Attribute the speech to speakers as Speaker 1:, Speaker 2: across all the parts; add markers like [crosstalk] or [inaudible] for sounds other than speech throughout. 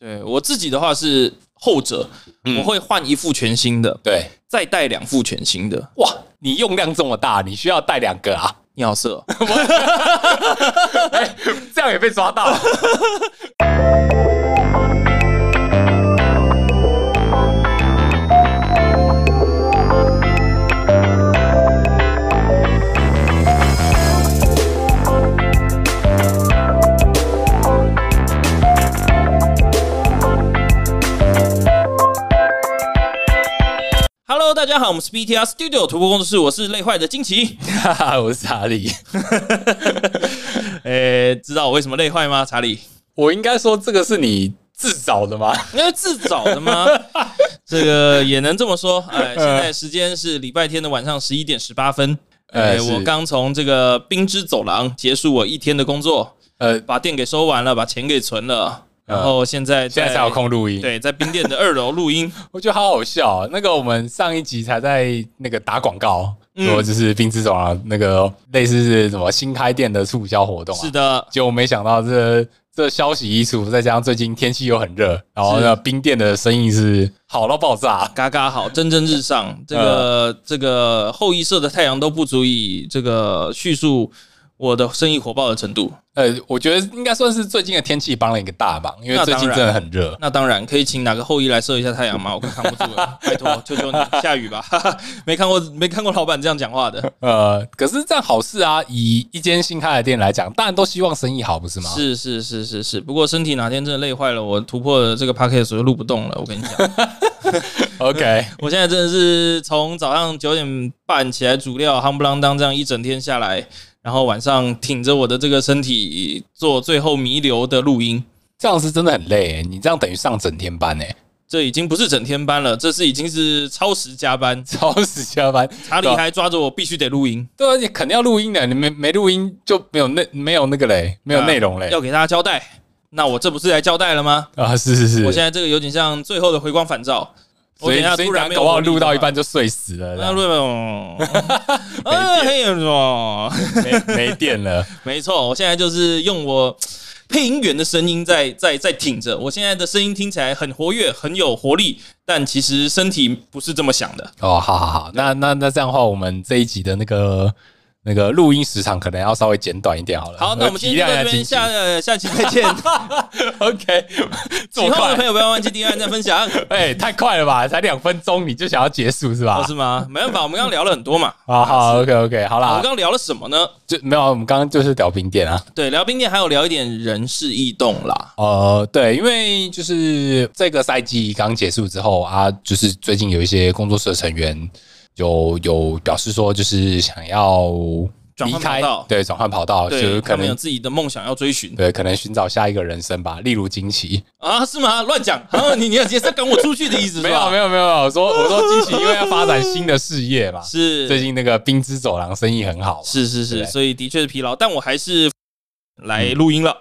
Speaker 1: 对我自己的话是后者，
Speaker 2: 嗯
Speaker 1: 我会换一副全新的，
Speaker 2: 对，
Speaker 1: 再带两副全新的。
Speaker 2: 哇，你用量这么大，你需要带两个啊？
Speaker 1: 你好色哦、
Speaker 2: [laughs] 哎，这样也被抓到。
Speaker 1: Hello，大家好，我们是 BTR Studio 突破工作室，我是累坏的金奇。
Speaker 2: 哈哈， [laughs] 我是查理。
Speaker 1: 诶、知道我为什么累坏吗？查理，
Speaker 2: 我应该说这个是你自找的吗？
Speaker 1: 因为自找的吗？这个也能这么说。哎，现在时间是礼拜天的晚上十一点十八分。哎、
Speaker 2: 呃是
Speaker 1: 我刚从这个冰之走廊结束我一天的工作，
Speaker 2: 呃，
Speaker 1: 把店给收完了，把钱给存了，
Speaker 2: 嗯
Speaker 1: 然后现在
Speaker 2: 现在才有。空录音。，
Speaker 1: 对，在冰店的二楼录
Speaker 2: [laughs]
Speaker 1: 音。
Speaker 2: 我觉得好好笑啊、那个我们上一集才在那个打广告，
Speaker 1: 嗯
Speaker 2: 说就是冰之走廊那个类似是什么新开店的促销活动啊。
Speaker 1: 是的，
Speaker 2: 结果没想到这这消息一出，再加上最近天气又很热，然后
Speaker 1: 是
Speaker 2: 那冰店的生意是好到爆炸。
Speaker 1: 嘎嘎好，蒸蒸日
Speaker 2: 嗯
Speaker 1: 上。这个、这个后羿射的太阳都不足以这个叙述我的生意火爆的程度。
Speaker 2: 呃，我觉得应该算是最近的天气帮了一个大忙，因为
Speaker 1: 那
Speaker 2: 最近
Speaker 1: 当然
Speaker 2: 真的很热。
Speaker 1: 那当然可以请哪个后羿来射一下太阳吗？我快扛不住
Speaker 2: [laughs]
Speaker 1: 了，拜托，求求你，下雨吧！ [laughs] 哈哈，没看过没看过老板这样讲话的，
Speaker 2: 呃，可 [laughs] 是这样好事啊，以一间新开的店来讲，当然都希望生意好，不是吗？
Speaker 1: 是是是是是。不过身体哪天真的累坏了，我突破了这个 p a c k a g e 就录不动了。我跟你讲，
Speaker 2: [laughs] OK，
Speaker 1: 我现在真的是从早上九点半起来煮料，夯不啷当这样一整天下来，然后晚上挺着我的这个身体做最后弥留的录音。
Speaker 2: 这样是真的很累、欸，你这样等于上整天班呢、欸， [laughs]
Speaker 1: 这已经不是整天班了，这是已经是超时加班。
Speaker 2: 超时加班。
Speaker 1: 查理
Speaker 2: 对啊
Speaker 1: 还抓着我必须得录音，
Speaker 2: 对啊，你肯定要录音的，你没没录音就没有内没有那个嘞，没有内容嘞。
Speaker 1: 啊要给大家交代。那我这不是来交代了吗？
Speaker 2: 啊，是是是，
Speaker 1: 我现在这个有点像最后的回光返照。我
Speaker 2: 所
Speaker 1: 等
Speaker 2: 以
Speaker 1: 一下
Speaker 2: 所以
Speaker 1: 突然
Speaker 2: 你
Speaker 1: 没有
Speaker 2: 搞不好
Speaker 1: 活力
Speaker 2: 录到一
Speaker 1: 干嘛，
Speaker 2: 半啊就睡死了这
Speaker 1: 那
Speaker 2: 样，
Speaker 1: 录到
Speaker 2: [laughs]
Speaker 1: 一半，哎嘿呦，
Speaker 2: 没没电了。
Speaker 1: 没错，我现在就是用我配音员的声音在在在挺着。我现在的声音听起来很活跃，很有活力，但其实身体不是这么想的。
Speaker 2: 哦，好好好，那那那这样的话，我们这一集的那个那个录音时长可能要稍微剪短一点好了。
Speaker 1: 好，那我们今
Speaker 2: 体
Speaker 1: 天
Speaker 2: 谅
Speaker 1: 就到
Speaker 2: 一
Speaker 1: 这
Speaker 2: [laughs]
Speaker 1: 边，下
Speaker 2: 下
Speaker 1: 呃下期再见。
Speaker 2: 金奇 [laughs] OK，这
Speaker 1: 喜
Speaker 2: 么
Speaker 1: 欢我的
Speaker 2: 快
Speaker 1: 朋。友不要忘记订阅、按赞、分享。
Speaker 2: 哎、太快了吧！才两分钟你就想要结束是吧
Speaker 1: 哦，？是吗？没办法，我们刚刚聊了很多嘛。
Speaker 2: 啊，好，OK OK，好
Speaker 1: 我们
Speaker 2: 啦
Speaker 1: 刚，刚聊了什么呢？
Speaker 2: 就没有，我们刚刚就是聊冰店啊。
Speaker 1: 对，聊冰店还有聊一点人事异动啦。
Speaker 2: 呃，对，因为就是这个赛季刚结束之后啊，就是最近有一些工作室的成员有有表示说，就是想要
Speaker 1: 转
Speaker 2: 离
Speaker 1: 换
Speaker 2: 开
Speaker 1: 跑道，
Speaker 2: 对，转换跑道，啊就是
Speaker 1: 对，
Speaker 2: 可
Speaker 1: 他们有
Speaker 2: 能
Speaker 1: 自己的梦想要追寻
Speaker 2: 对，可能寻找下一个人生吧，例如惊奇。
Speaker 1: 啊？是吗？乱讲！啊， [laughs] 你你你是要赶我出去的意思？
Speaker 2: 没有没
Speaker 1: 有，
Speaker 2: 有没有，我说我说惊奇，因为要发展新的事业嘛。
Speaker 1: 是
Speaker 2: 最近那个冰之走廊生意很好嘛，
Speaker 1: 是是是，
Speaker 2: 对
Speaker 1: 所以的确是疲劳，但我还是来录音了，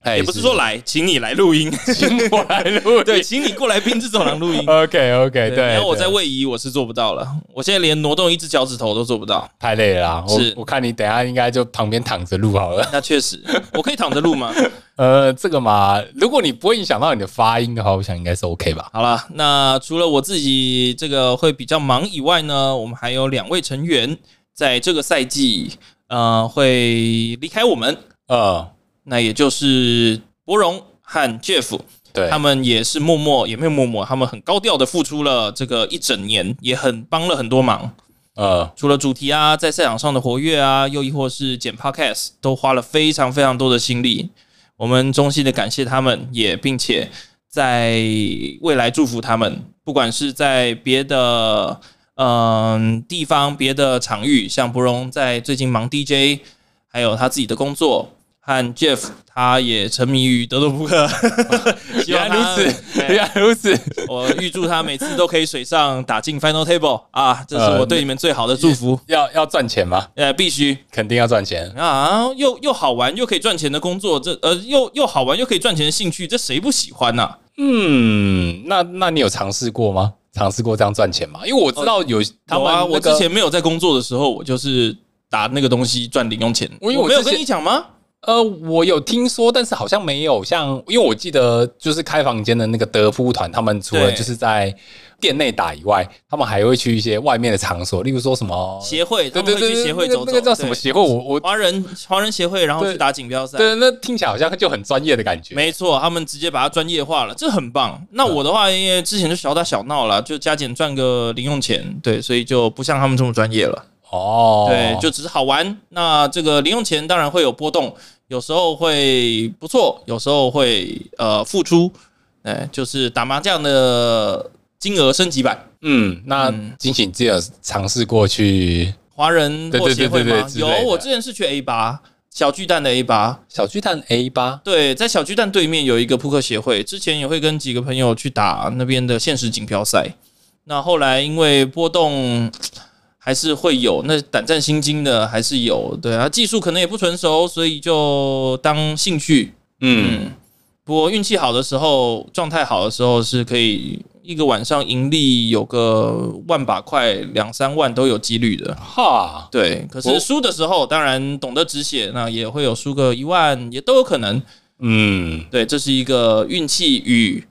Speaker 2: 哎
Speaker 1: 也不是说来，请你来录
Speaker 2: [laughs]
Speaker 1: 音，
Speaker 2: 请我来录音，
Speaker 1: 对，请你过来冰之走廊录音。
Speaker 2: OK OK，对，
Speaker 1: 然后我
Speaker 2: 对
Speaker 1: 在位移，我是做不到了，我现在连挪动一只脚趾头都做不到。
Speaker 2: 太累了啦，我
Speaker 1: 是
Speaker 2: 我看你等一下应该就旁边躺着录好了。
Speaker 1: 那确实，我可以躺着录吗？
Speaker 2: 呃，这个嘛，如果你不会影响到你的发音的话，我想应该是 OK 吧。
Speaker 1: 好了，那除了我自己这个会比较忙以外呢，我们还有两位成员在这个赛季呃会离开我们，
Speaker 2: 呃，
Speaker 1: 那也就是博荣和 Jeff，
Speaker 2: 对
Speaker 1: 他，们也是默默也没有默默，他们很高调的付出了这个一整年，也很帮了很多忙。
Speaker 2: 呃，
Speaker 1: 除了主题啊，在赛场上的活跃啊，又亦或是剪 podcast，都花了非常非常多的心力。我们衷心的感谢他们，也并且在未来祝福他们，不管是在别的嗯地方、别的场域，像博荣在最近忙 DJ，还有他自己的工作。和 Jeff，他也沉迷于德州扑 [laughs] 克，希望
Speaker 2: 原
Speaker 1: 他
Speaker 2: 来如此，
Speaker 1: 哎
Speaker 2: 原来如此。
Speaker 1: 我预祝他每次都可以水上打进 Final Table 啊！这是我对你们最好的祝福。
Speaker 2: 要要赚钱吗？
Speaker 1: 呃，必须
Speaker 2: 肯定要赚钱。
Speaker 1: 啊！又又好玩又可以赚钱的工作，这呃又又好玩又可以赚钱的兴趣，这谁不喜欢啊呐、
Speaker 2: 嗯，那那你有尝试过吗？尝试过这样赚钱吗？因为我知道有他
Speaker 1: 有
Speaker 2: 们
Speaker 1: 啊，
Speaker 2: 那
Speaker 1: 我
Speaker 2: 个
Speaker 1: 之前没有在工作的时候，我就是打那个东西赚零用钱。
Speaker 2: 我
Speaker 1: 我
Speaker 2: 因为我
Speaker 1: 没有
Speaker 2: 之前
Speaker 1: 跟你讲吗？
Speaker 2: 呃，我有听说，但是好像没有像，因为我记得就是开房间的那个德扑团，他们除了
Speaker 1: 对
Speaker 2: 就是在店内打以外，他们还会去一些外面的场所，例如说什么
Speaker 1: 协会，他
Speaker 2: 对
Speaker 1: 们会
Speaker 2: 对对
Speaker 1: 去
Speaker 2: 对，
Speaker 1: 协会
Speaker 2: 那个
Speaker 1: 走走，
Speaker 2: 那个叫什么
Speaker 1: 对
Speaker 2: 协会？我我
Speaker 1: 华人华人协会，然后
Speaker 2: 对
Speaker 1: 去打锦标赛。
Speaker 2: 对，那听起来好像就很专业的感觉。
Speaker 1: 没错，他们直接把它专业化了，这很棒。那我的话，因为之前就小打小闹了，就加减赚个零用钱，对，所以就不像他们这么专业了。
Speaker 2: 哦，
Speaker 1: 对，就只是好玩。那这个零用钱当然会有波动，有时候会不错，有时候会呃付出，哎，就是打麻将的金额升级版。
Speaker 2: 嗯，那金喜你自己有尝试过去
Speaker 1: 华人
Speaker 2: 对
Speaker 1: 或
Speaker 2: 对
Speaker 1: 协会
Speaker 2: 对对
Speaker 1: 吗？
Speaker 2: 之
Speaker 1: 有
Speaker 2: 类的，
Speaker 1: 我之前是去 A 八小巨蛋的 A 八，
Speaker 2: 小巨蛋 A 八
Speaker 1: 对，在小巨蛋对面有一个扑克协会，之前也会跟几个朋友去打那边的限时锦标赛。那后来因为波动还是会有，那胆战心惊的还是有，对啊，技术可能也不纯熟，所以就当兴趣。
Speaker 2: 嗯，
Speaker 1: 不过运气好的时候，状态好的时候是可以一个晚上盈利有个万把块、两三万都有几率的。
Speaker 2: 哈，
Speaker 1: 对，可
Speaker 2: 我
Speaker 1: 是输的时候，当然懂得止血，那也会有输个一万，也都有可能。
Speaker 2: 嗯，
Speaker 1: 对，这是一个运气与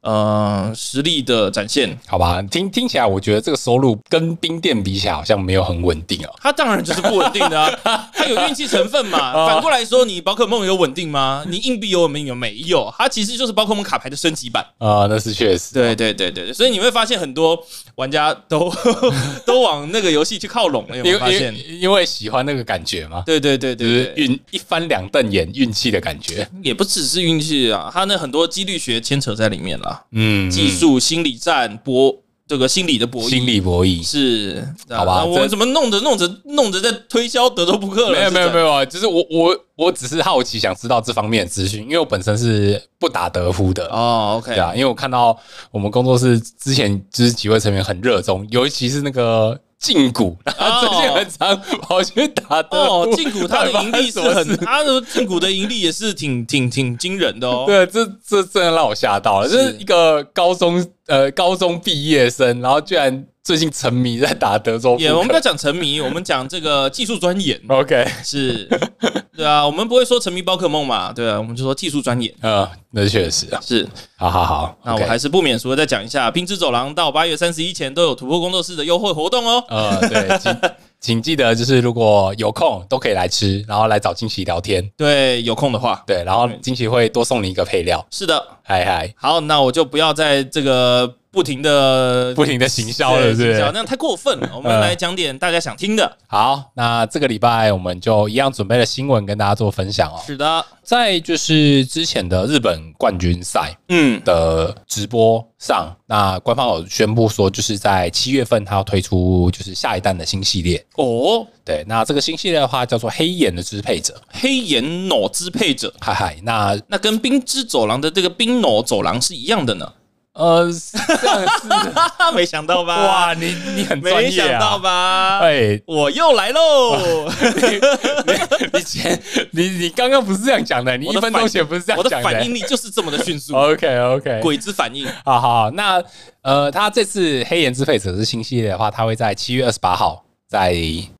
Speaker 1: 呃实力的展现。
Speaker 2: 好吧，听听起来我觉得这个收入跟冰店比起来好像没有很稳定哦。
Speaker 1: 它当然就是不稳定的、啊，它有运气成分嘛。反过来说，你宝可梦有稳定吗？你硬币有稳定有没有？它其实就是宝可梦卡牌的升级版。
Speaker 2: 啊，那是确实，
Speaker 1: 对对对对对，所以你会发现很多玩家都 [laughs] 都往那个游戏去靠拢了，有没
Speaker 2: 因
Speaker 1: 有发
Speaker 2: 为因
Speaker 1: 现
Speaker 2: 为？因为喜欢那个感觉嘛，
Speaker 1: 对对对
Speaker 2: 就
Speaker 1: 对
Speaker 2: 是
Speaker 1: 对，
Speaker 2: 运一翻两瞪眼运气的感觉。
Speaker 1: 也不只是运气啊，它那很多几率学牵扯在里面啦，
Speaker 2: 嗯，
Speaker 1: 技术、心理战、博这个心理的博弈、
Speaker 2: 心理博弈。
Speaker 1: 是，啊
Speaker 2: 好吧
Speaker 1: 那我们
Speaker 2: 这
Speaker 1: 怎么弄着弄着弄着在推销德州扑克了？
Speaker 2: 没有没有没
Speaker 1: 有，
Speaker 2: 有啊，就是我我我只是好奇，想知道这方面的资讯，因为我本身是不打德扑的。
Speaker 1: 哦，OK，
Speaker 2: 对啊，因为我看到我们工作室之前就是几位成员很热衷，尤其是那个禁谷，他 [laughs] 最近很常跑去打德扑。
Speaker 1: 哦，禁谷它
Speaker 2: [laughs]
Speaker 1: 的盈利是
Speaker 2: 到底发生
Speaker 1: 很，啊
Speaker 2: 什么事
Speaker 1: 它的禁谷的盈利也是挺挺挺惊人的哦。
Speaker 2: 对，啊这这真的让我吓到了，就是
Speaker 1: 是
Speaker 2: 一个高中呃高中毕业生，然后居然最近沉迷在打德州扑
Speaker 1: 也，我们不
Speaker 2: 克。
Speaker 1: 要讲沉迷， [laughs] 我们讲这个技术钻研
Speaker 2: OK，
Speaker 1: 是，对啊，我们不会说沉迷宝可梦嘛，对啊，我们就说技术钻研
Speaker 2: 呃，那确实啊，
Speaker 1: 是。
Speaker 2: 好好好，
Speaker 1: 那我
Speaker 2: OK
Speaker 1: 还是不免俗的再讲一下，冰之走廊到八月三十一前都有突破工作室的优惠活动哦。
Speaker 2: 呃，对，请请记得，就是如果有空都可以来吃，然后来找金奇聊天，
Speaker 1: 对，有空的话，
Speaker 2: 对，然后金奇会多送你一个配料，
Speaker 1: 是的。
Speaker 2: 嗨嗨，
Speaker 1: 好，那我就不要在这个不停的
Speaker 2: 不停的行销了，是不
Speaker 1: 对
Speaker 2: 是
Speaker 1: 行销？那太过分了。我们
Speaker 2: 嗯
Speaker 1: 来讲点大家想听的。
Speaker 2: 好，那这个礼拜我们就一样准备了新闻跟大家做分享哦。
Speaker 1: 是的，
Speaker 2: 在就是之前的日本冠军赛
Speaker 1: 嗯，
Speaker 2: 的直播上，那官方有宣布说，就是在七月份，它要推出就是下一弹的新系列。
Speaker 1: 哦，
Speaker 2: 对，那这个新系列的话叫做《黑岩的支配者》，
Speaker 1: 黑岩脑支配者，
Speaker 2: 嗨嗨，那
Speaker 1: 那跟冰之走廊的这个冰脑走廊是一样的呢。
Speaker 2: [laughs] 呃，是这样是的
Speaker 1: 哈， [laughs] 没想到吧？
Speaker 2: 哇，，你你很专
Speaker 1: 没
Speaker 2: 业
Speaker 1: 想到
Speaker 2: 啊！
Speaker 1: 吧？
Speaker 2: 哎，
Speaker 1: 我又来喽！
Speaker 2: 你前你你刚刚不是这样讲的，你
Speaker 1: 我
Speaker 2: 一
Speaker 1: 的
Speaker 2: 分钟
Speaker 1: 反
Speaker 2: 前不是这
Speaker 1: 我
Speaker 2: 样
Speaker 1: 的
Speaker 2: 讲
Speaker 1: 反应
Speaker 2: 的。
Speaker 1: 力就是这么的迅速，
Speaker 2: OK OK，
Speaker 1: 鬼之反应。
Speaker 2: 好好，好那呃，它这次黑岩支配者是新系列的话，它会在七月二十八号在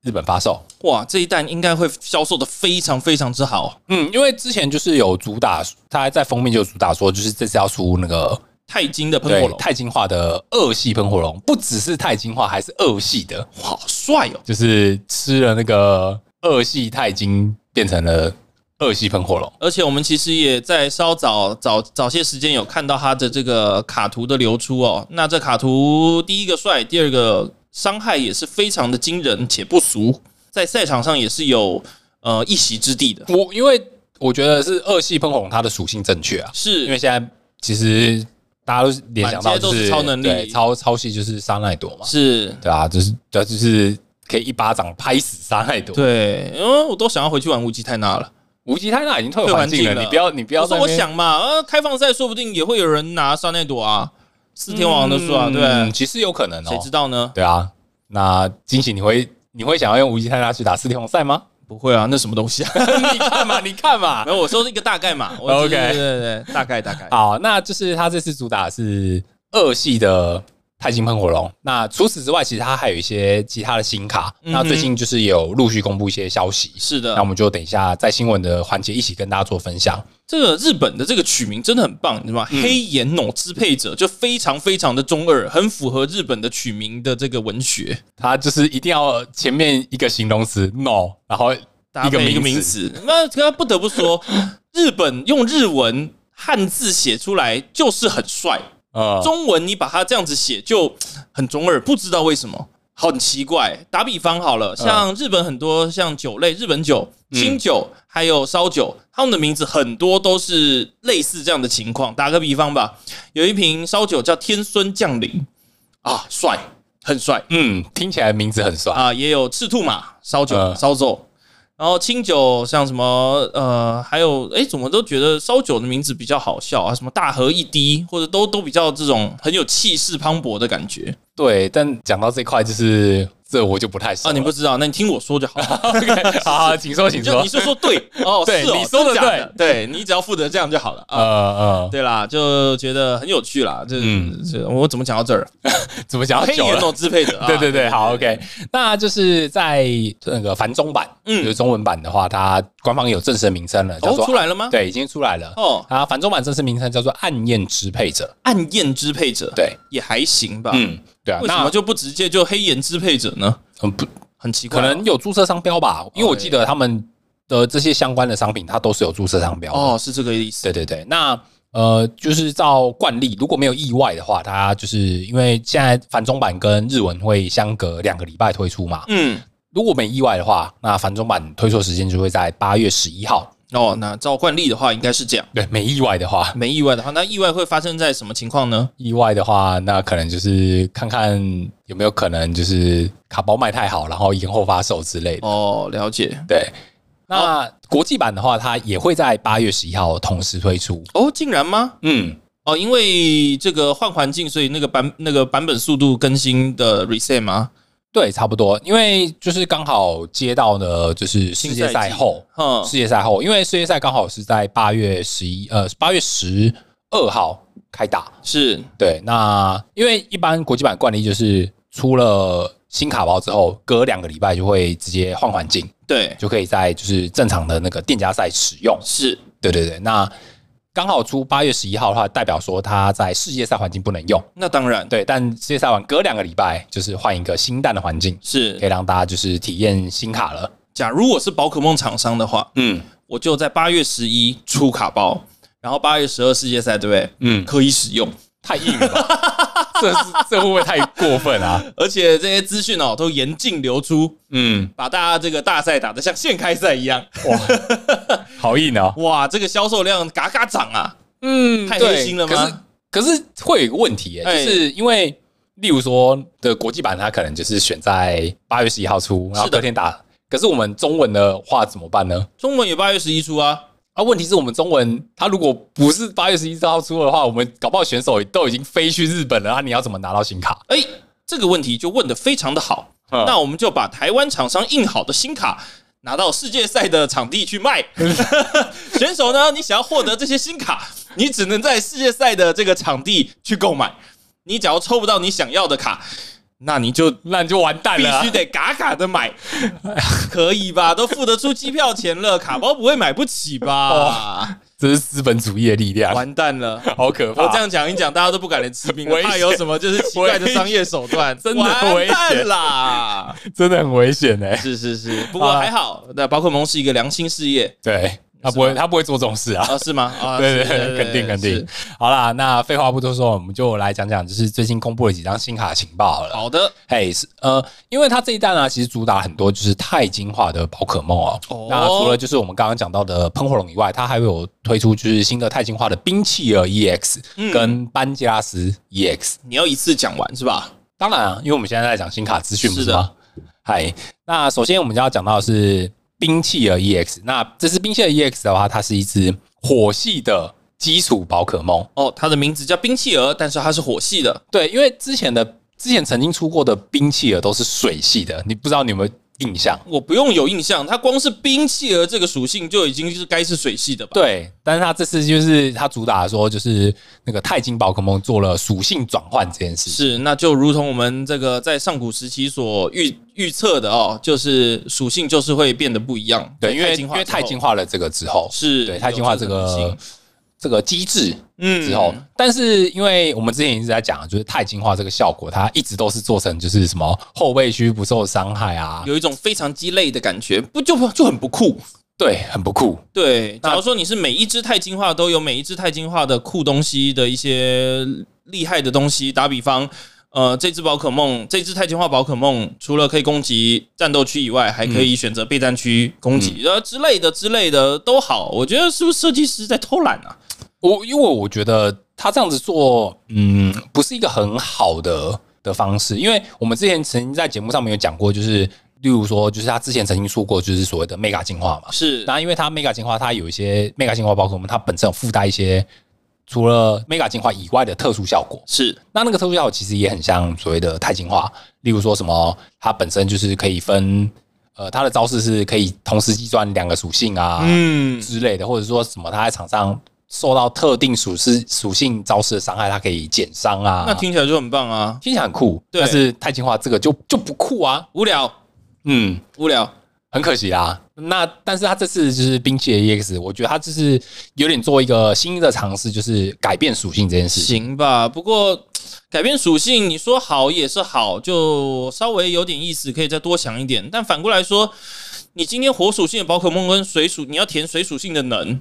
Speaker 2: 日本发售。
Speaker 1: 哇，这一弹应该会销售的非常非常之好，
Speaker 2: 嗯，因为之前就是有主打，它还在封面就有主打说，就是这次要出那个
Speaker 1: 钛金的喷
Speaker 2: 对
Speaker 1: 火龙，
Speaker 2: 钛金化的二系喷火龙，不只是钛金化，还是二系的，
Speaker 1: 哇，好帅哦！
Speaker 2: 就是吃了那个二系钛金变成了二系喷火龙。
Speaker 1: 而且我们其实也在稍早早早些时间有看到它的这个卡图的流出哦。那这卡图第一个帅，第二个伤害也是非常的惊人且不俗，在赛场上也是有呃一席之地的。
Speaker 2: 我因为我觉得是二系喷火龙它的属性正确啊，因为
Speaker 1: 是
Speaker 2: 现在其实大家都是联想到、
Speaker 1: 满街
Speaker 2: 就
Speaker 1: 都是超能力
Speaker 2: 对超超系就是沙奈朵嘛，
Speaker 1: 是，
Speaker 2: 对啊，就是对啊，就是可以一巴掌拍死沙奈朵。
Speaker 1: 对，因为我都想要回去玩无极泰纳了。
Speaker 2: 无极泰纳已经退
Speaker 1: 退
Speaker 2: 环
Speaker 1: 环
Speaker 2: 境
Speaker 1: 境
Speaker 2: 了，
Speaker 1: 了
Speaker 2: 你不要你不要
Speaker 1: 我说
Speaker 2: 在那
Speaker 1: 我
Speaker 2: 边
Speaker 1: 想嘛，呃，开放赛说不定也会有人拿沙奈朵啊，四天王 [laughs] 的树啊，对，
Speaker 2: 嗯其实有可能
Speaker 1: 谁
Speaker 2: 哦
Speaker 1: 知。道呢？
Speaker 2: 对啊，那惊喜你会你会想要用无极泰纳去打四天王赛吗？
Speaker 1: [laughs] 不会啊，那什么东西啊？
Speaker 2: 你看嘛，你看嘛 [laughs]
Speaker 1: 没。有，我说是一个大概嘛。 [laughs] 我只是
Speaker 2: OK
Speaker 1: 对对对，大概大概。
Speaker 2: 好，那就是他这次主打是二系的钛金喷火龙。那除此之外，其实它还有一些其他的新卡。
Speaker 1: 嗯哼
Speaker 2: 那最近就是也有陆续公布一些消息，
Speaker 1: 是啊的
Speaker 2: 那我，们就等一下在新闻的环节一起跟大家做分享。
Speaker 1: 这个日本的这个取名真的很棒，你知道
Speaker 2: 嗯
Speaker 1: 吗？黑岩珑支配者就非常非常的中二，很符合日本的取名的这个文学，
Speaker 2: 它就是一定要前面一个形容词 no，然后
Speaker 1: 搭
Speaker 2: 一个
Speaker 1: 配一个
Speaker 2: 名
Speaker 1: 名
Speaker 2: 词。
Speaker 1: 词。那可不得不说，日本用日文汉字写出来就是很帅，
Speaker 2: 呃，
Speaker 1: 中文你把它这样子写就很中二，不知道为什么，很奇怪。打比方好了，像日本很多像酒类，日本酒、清酒还有烧酒，他们的名字很多都是类似这样的情况。打个比方吧，有一瓶烧酒叫天孙降临，啊，帅，很帅
Speaker 2: 嗯，听起来名字很帅。
Speaker 1: 啊，也有赤兔马烧酒、
Speaker 2: 嗯
Speaker 1: 烧酒。然后清酒像什么呃，还有哎，怎么都觉得烧酒的名字比较好笑啊，什么大河一滴，或者都都比较这种很有气势磅礴的感觉。
Speaker 2: 对，但讲到这块，就是这我就不太熟
Speaker 1: 啊，你不
Speaker 2: 了
Speaker 1: 知道，那你听我说就好。 [laughs]
Speaker 2: [laughs] 好好，请说，请
Speaker 1: 你就
Speaker 2: 说
Speaker 1: 你。说说对哦，
Speaker 2: [laughs] 对
Speaker 1: 是哦
Speaker 2: 你说
Speaker 1: 真
Speaker 2: 的
Speaker 1: 假的，对你只要负责这样就好了
Speaker 2: 呃
Speaker 1: 啊。
Speaker 2: 呃，
Speaker 1: 对啦，就觉得很有趣啦。这
Speaker 2: 嗯
Speaker 1: 这我怎么讲到这儿？
Speaker 2: 呃怎么讲到
Speaker 1: 黑
Speaker 2: 酒
Speaker 1: 岩
Speaker 2: 了？，
Speaker 1: 龙支配者啊
Speaker 2: [laughs] 对对对，好，OK。那就是在那个繁中版，
Speaker 1: 嗯
Speaker 2: 就是中文版的话，它官方有正式名称了，叫
Speaker 1: 哦，
Speaker 2: 做、
Speaker 1: 出来了吗？
Speaker 2: 对，已经出来了。
Speaker 1: 哦，
Speaker 2: 啊，繁中版正式名称叫做暗焰支配者。
Speaker 1: 暗焰支配者，
Speaker 2: 对，
Speaker 1: 也还行吧。
Speaker 2: 嗯，对啊，
Speaker 1: 为什
Speaker 2: 那
Speaker 1: 么就不直接就黑岩支配者呢？
Speaker 2: 嗯不
Speaker 1: 很奇怪
Speaker 2: 可
Speaker 1: 哦，
Speaker 2: 能有注册商标吧，因为我记得他们的这些相关的商品，它都是有注册商标的。
Speaker 1: 哦，是这个意思。
Speaker 2: 对对对，那呃，就是照惯例，如果没有意外的话，它就是因为现在繁中版跟日文会相隔两个礼拜推出嘛。
Speaker 1: 嗯，
Speaker 2: 如果没意外的话，那繁中版推出时间就会在八月十一号。
Speaker 1: 哦，那照惯例的话应该是这样。
Speaker 2: 对，没意外的话，
Speaker 1: 没意外的话，那意外会发生在什么情况呢？
Speaker 2: 意外的话，那可能就是看看有没有可能就是卡包卖太好，然后延后发售之类的。
Speaker 1: 哦，了解。
Speaker 2: 对，那国际版的话，它也会在八月十一号同时推出。
Speaker 1: 哦，竟然吗？
Speaker 2: 嗯，
Speaker 1: 哦，因为这个换环境，所以那个版那个版本速度更新的 reset 吗？
Speaker 2: 嗯对，差不多，因为就是刚好接到呢，就是世界赛后，
Speaker 1: 嗯，
Speaker 2: 世界赛后，因为世界赛刚好是在八月十一，呃，八月十二号开打。
Speaker 1: 是
Speaker 2: 对，那因为一般国际版惯例就是出了新卡包之后，隔两个礼拜就会直接换环境，
Speaker 1: 对，
Speaker 2: 就可以在就是正常的那个店家赛使用。
Speaker 1: 是
Speaker 2: 对对对，那刚好出八月十一号的话，代表说它在世界赛环境不能用。
Speaker 1: 那当然
Speaker 2: 对，但世界赛完隔两个礼拜就是换一个新蛋的环境。可
Speaker 1: 是。
Speaker 2: 以让大家就是体验新卡了。
Speaker 1: 假如我是宝可梦厂商的话，
Speaker 2: 嗯
Speaker 1: 我就在八月十一出卡包，然后八月十二世界赛，对不对？
Speaker 2: 嗯，
Speaker 1: 可以使用，
Speaker 2: 太硬了吧？ [laughs] 这是这会不会太过分啊？
Speaker 1: 而且这些资讯哦都严禁流出，
Speaker 2: 嗯，
Speaker 1: 把大家这个大赛打得像现开赛一样。
Speaker 2: 好硬 [laughs] 哦。
Speaker 1: 哇，这个销售量嘎嘎涨啊！
Speaker 2: 嗯
Speaker 1: 太黑心了吗？
Speaker 2: 可是可是会有一个问题耶，
Speaker 1: 哎
Speaker 2: 就是因为例如说的国际版，它可能就是选在八月十一号出，然后
Speaker 1: 是的
Speaker 2: 隔天打。可是我们中文的话怎么办呢？
Speaker 1: 中文也八月十一出啊，
Speaker 2: 啊，问题是我们中文，它如果不是八月十一号出的话，我们搞不好选手都已经飞去日本了，啊，你要怎么拿到新卡？
Speaker 1: 哎，这个问题就问得非常的好。那我们就把台湾厂商印好的新卡拿到世界赛的场地去卖。 [laughs] 选手呢，你想要获得这些新卡，你只能在世界赛的这个场地去购买。你假如抽不到你想要的卡，那你就
Speaker 2: 那你就完蛋
Speaker 1: 必
Speaker 2: 了啊、
Speaker 1: 须得嘎嘎的买，可以吧？都付得出机票钱了，卡包不会买不起吧？
Speaker 2: 这是资本主义的力量，
Speaker 1: 完蛋了！
Speaker 2: 好可怕！
Speaker 1: 我这样讲一讲，大家都不敢来吃冰了，
Speaker 2: 危险
Speaker 1: 怕有什么就是奇怪的商业手段，
Speaker 2: 真的
Speaker 1: 完
Speaker 2: 危险
Speaker 1: 蛋啦！
Speaker 2: 真的很危险哎、
Speaker 1: 是是是，不过还好，那宝可梦是一个良心事业
Speaker 2: 对他不会，他不会做这种事啊。
Speaker 1: 啊，是吗？ [laughs] 啊，
Speaker 2: 对
Speaker 1: 是
Speaker 2: 对，肯定肯。
Speaker 1: 是
Speaker 2: 定。好啦，那废话不多说，我们就来讲讲，就是最近公布了几张新卡情报好了。
Speaker 1: 好的，
Speaker 2: 嘿，是呃，因为它这一代呢，其实主打很多就是钛金化的宝可梦哦。
Speaker 1: 哦
Speaker 2: 那除了就是我们刚刚讲到的喷火龙以外，它还会有推出就是新的钛金化的冰企鹅 EX
Speaker 1: 嗯
Speaker 2: 跟班加拉斯 E EX。
Speaker 1: 你要一次讲完是吧？
Speaker 2: 当然啊，因为我们现在在讲新卡资讯，不
Speaker 1: 是
Speaker 2: 是
Speaker 1: 的
Speaker 2: 吗？嗨，那首先我们要讲到的是冰企鹅 EX。那 E 这只冰企鹅 EX 的话，它是一只火系的基础宝可梦。
Speaker 1: 哦，它的名字叫冰企鹅，但是它是火系的，
Speaker 2: 对，因为之前的之前曾经出过的冰企鹅都是水系的，你不知道你有没有印象。
Speaker 1: 我不用有印象，它光是冰企鹅这个属性就已经是该是水系的吧？，
Speaker 2: 对，但是他这次就是他主打说，就是那个钛金宝可梦做了属性转换这件事。
Speaker 1: 是那就如同我们这个在上古时期所预预测的哦，就是属性就是会变得不一样。
Speaker 2: 对，因为
Speaker 1: 进
Speaker 2: 因
Speaker 1: 化
Speaker 2: 为
Speaker 1: 之后
Speaker 2: 钛进化了这个之后，
Speaker 1: 是
Speaker 2: 对钛进化这
Speaker 1: 有可能
Speaker 2: 个
Speaker 1: 性
Speaker 2: 这个机制
Speaker 1: 嗯
Speaker 2: 之后，但是因为我们之前一直在讲，就是钛进化这个效果，它一直都是做成就是什么后背区不受伤害啊，
Speaker 1: 有一种非常鸡肋的感觉，不就就很不酷。
Speaker 2: 对，很不酷。
Speaker 1: 对，
Speaker 2: 那
Speaker 1: 假如说你是每一只钛金化都有每一只钛金化的酷东西的一些厉害的东西，打比方，呃，这只宝可梦，这只钛金化宝可梦，除了可以攻击战斗区以外，还可以选择备战区攻击，呃、之类的之类的都好。我觉得是不是设计师在偷懒啊？
Speaker 2: 我因为我觉得他这样子做，嗯，不是一个很好的的方式，因为我们之前曾经在节目上面有讲过，就是例如说，就是他之前曾经说过，就是所谓的 mega 进化嘛。
Speaker 1: 是，
Speaker 2: 那因为它 mega 进化，它有一些 mega 进化包括我们它本身有附带一些除了 mega 进化以外的特殊效果。
Speaker 1: 是，
Speaker 2: 那那个特殊效果其实也很像所谓的钛进化，例如说什么，它本身就是可以分，呃，它的招式是可以同时击穿两个属性啊、
Speaker 1: 嗯，
Speaker 2: 之类的，或者说什么它在场上受到特定属性属性招式的伤害，它可以减伤啊。
Speaker 1: 那听起来就很棒啊，
Speaker 2: 听起来很酷，
Speaker 1: 对
Speaker 2: 但是钛进化这个就就不酷啊，
Speaker 1: 无聊，
Speaker 2: 嗯。
Speaker 1: 无聊，
Speaker 2: 很可惜啊啦。那但是他这次就是兵器的 EX，我觉得他就是有点做一个新的尝试，就是改变属性这件事情。
Speaker 1: 行吧，不过改变属性，你说好也是好，就稍微有点意思，可以再多想一点。但反过来说，你今天火属性的宝可梦跟水属，你要填水属性的 [laughs] 能，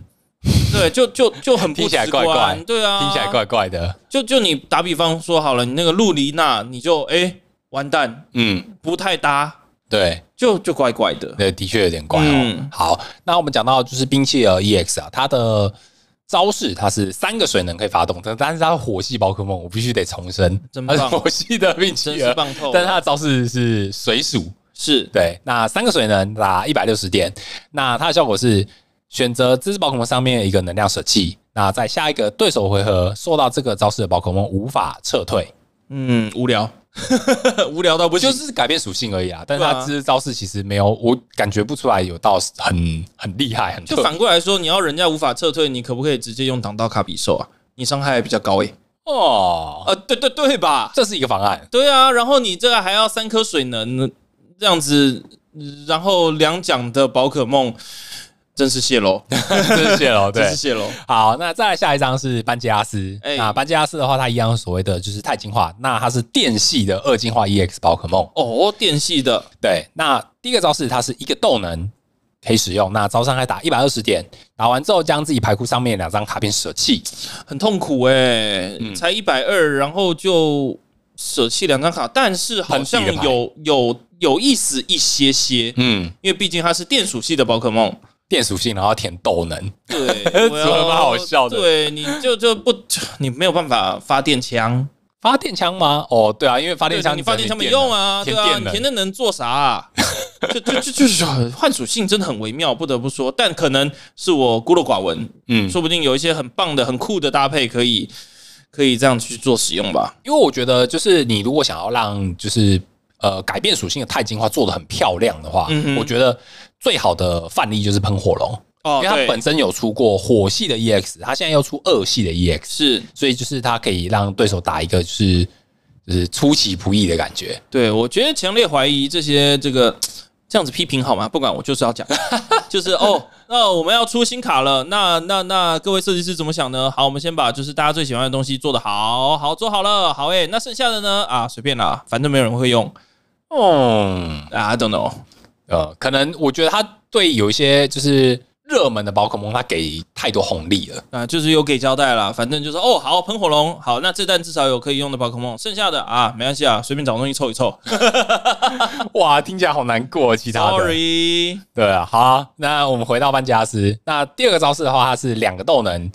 Speaker 1: 对，就就就很 [laughs] 不
Speaker 2: 听起来
Speaker 1: 直观
Speaker 2: 怪怪
Speaker 1: 对啊，
Speaker 2: 听起来。怪怪的，
Speaker 1: 就就你打比方说好了，你那个露丽娜，你就哎、完蛋，
Speaker 2: 嗯，
Speaker 1: 不太搭，
Speaker 2: 对，
Speaker 1: 就就怪怪的。
Speaker 2: 对，的确有点怪哦。
Speaker 1: 嗯
Speaker 2: 好，那我们讲到就是兵器的 EX 啊，它的招式它是三个水能可以发动，但但是它的火系宝可梦，我必须得重申，
Speaker 1: 真
Speaker 2: 它
Speaker 1: 棒
Speaker 2: 是火系的兵
Speaker 1: 真
Speaker 2: 器
Speaker 1: 是
Speaker 2: 儿，
Speaker 1: 棒透了，
Speaker 2: 但是它的招式是水属，
Speaker 1: 是
Speaker 2: 对，那三个水能打一百六十点，那它的效果是选择这只宝可梦上面一个能量舍弃，那在下一个对手回合受到这个招式的宝可梦无法撤退，
Speaker 1: 嗯无聊， [laughs] 无聊到不
Speaker 2: 我
Speaker 1: 行
Speaker 2: 就。是改变属性而已啊。但是
Speaker 1: 对啊
Speaker 2: 它这支招式其实没有，我感觉不出来有到很很厉害，很
Speaker 1: 就
Speaker 2: 特
Speaker 1: 反过来说，你要人家无法撤退，你可不可以直接用挡道卡比兽啊？你伤害还比较高欸诶、
Speaker 2: 哦，
Speaker 1: 啊，对对对吧？
Speaker 2: 这是一个方
Speaker 1: [laughs]
Speaker 2: 案。
Speaker 1: 对啊，然后你这个还要三颗水能这样子，然后两奖的宝可梦，真是泄露，
Speaker 2: 真谢喽，
Speaker 1: [laughs] 真
Speaker 2: 对
Speaker 1: 是。泄露。
Speaker 2: 好，那再来下一张是班杰拉斯。
Speaker 1: 哎
Speaker 2: 那班杰拉斯的话，它一样所谓的就是钛进化，那它是电系的二进化 EX 宝可梦。
Speaker 1: 哦，电系的
Speaker 2: 对，那第一个招式它是一个斗能可以使用，那招伤害打一百二十点，打完之后将自己牌库上面两张卡片舍弃。
Speaker 1: 很痛苦诶、
Speaker 2: 嗯
Speaker 1: 才一百二，然后就舍弃两张卡，但是好像
Speaker 2: 喷自己的牌
Speaker 1: 有有有意思一些些，
Speaker 2: 嗯，
Speaker 1: 因为毕竟它是电属系的宝可
Speaker 2: [laughs]
Speaker 1: 梦。
Speaker 2: 电属性，然后填斗能。
Speaker 1: 对，我
Speaker 2: 除了
Speaker 1: 要
Speaker 2: 蛮好笑的
Speaker 1: 对，你就就不，你没有办法发电枪，
Speaker 2: 发电枪吗？哦，对啊，因为发
Speaker 1: 发
Speaker 2: 电枪
Speaker 1: 你发电枪没用啊，对啊，
Speaker 2: 填电
Speaker 1: 你
Speaker 2: 能
Speaker 1: 填的能做啥、啊？ [laughs] 就就就就是换属性真的很微妙，不得不说，但可能是我孤陋寡闻，
Speaker 2: 嗯，
Speaker 1: 说不定有一些很棒的、很酷的搭配可以可以这样去做使用吧。
Speaker 2: 因为我觉得就是你如果想要让就是呃改变属性的钛进化做的很漂亮的话，
Speaker 1: 嗯哼
Speaker 2: 我觉得最好的范例就是喷火龙，
Speaker 1: 哦
Speaker 2: 因为它本身有出过火系的 EX，它现在又出二系的 EX。
Speaker 1: 是
Speaker 2: 所以就是它可以让对手打一个就是就是出其不意的感觉。
Speaker 1: 对，我觉得强烈怀疑这些这个这样子批评好吗？不管我就是要讲， [laughs] 就是哦，那我们要出新卡了，那那那各位设计师怎么想呢？好，我们先把就是大家最喜欢的东西做得好好做好了，好诶、那剩下的呢啊随便啦，反正没有人会用
Speaker 2: 嗯，
Speaker 1: 啊，I don't know，
Speaker 2: 呃，可能我觉得他对有一些就是热门的宝可梦，他给太多红利了。
Speaker 1: 啊就是有给交代啦，反正就是哦好喷火龙，好那这弹至少有可以用的宝可梦，剩下的啊没关系啊，随便找东西凑一凑
Speaker 2: 哇，听起来好难过。其他的
Speaker 1: ，sorry，
Speaker 2: 对啊，好啊那我们回到班加斯。那第二个招式的话，它是两个斗能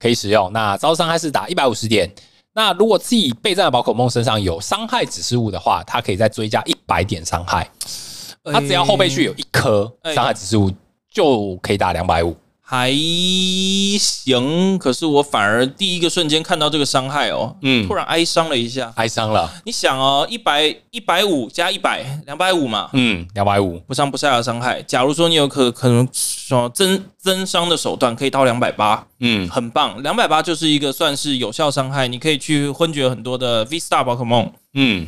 Speaker 2: 可以使用。那招伤害是打一百五十点。那如果自己备战的宝可梦身上有伤害指示物的话，它可以再追加一百点伤害。它只要后备去有一颗
Speaker 1: 哎
Speaker 2: 伤害指示物，就可以打两百五。
Speaker 1: 还行，可是我反而第一个瞬间看到这个伤害哦，
Speaker 2: 嗯
Speaker 1: 突，然哀伤了一下。
Speaker 2: 哀伤了，
Speaker 1: 你想哦，一百一百五加一百，两百五嘛，
Speaker 2: 嗯，两百五，
Speaker 1: 不上不下的伤害。假如说你有可可能什么增增伤的手段，可以到两百八，
Speaker 2: 嗯
Speaker 1: 很棒。两百八就是一个算是有效伤害，你可以去昏厥很多的 V Star 宝可梦。
Speaker 2: 嗯，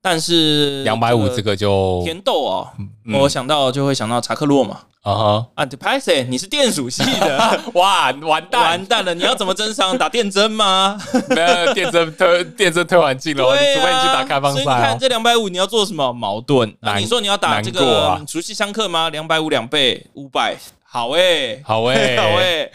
Speaker 1: 但是
Speaker 2: 两百五这
Speaker 1: 这个
Speaker 2: 个就
Speaker 1: 甜豆哦，
Speaker 2: 嗯
Speaker 1: 我想到就会想到查克洛嘛。
Speaker 2: 啊哈，
Speaker 1: 啊，拍谁？你是电属系的，
Speaker 2: 哇，完 [laughs] 蛋
Speaker 1: 完，蛋了！你要怎么增伤？打电针
Speaker 2: [laughs]
Speaker 1: 吗？
Speaker 2: 没有电针推电针推完进了哦，
Speaker 1: 对、啊，
Speaker 2: 除非你去打开放
Speaker 1: 所以你
Speaker 2: 赛
Speaker 1: 看
Speaker 2: 哦，
Speaker 1: 这两百五，你要做什么？矛盾。那、
Speaker 2: 难
Speaker 1: 你说你要打这
Speaker 2: 难过
Speaker 1: 个
Speaker 2: 啊
Speaker 1: 嗯熟悉相克吗？两百五两倍，五百，好哎、
Speaker 2: 好欸诶，
Speaker 1: [laughs] 好哎、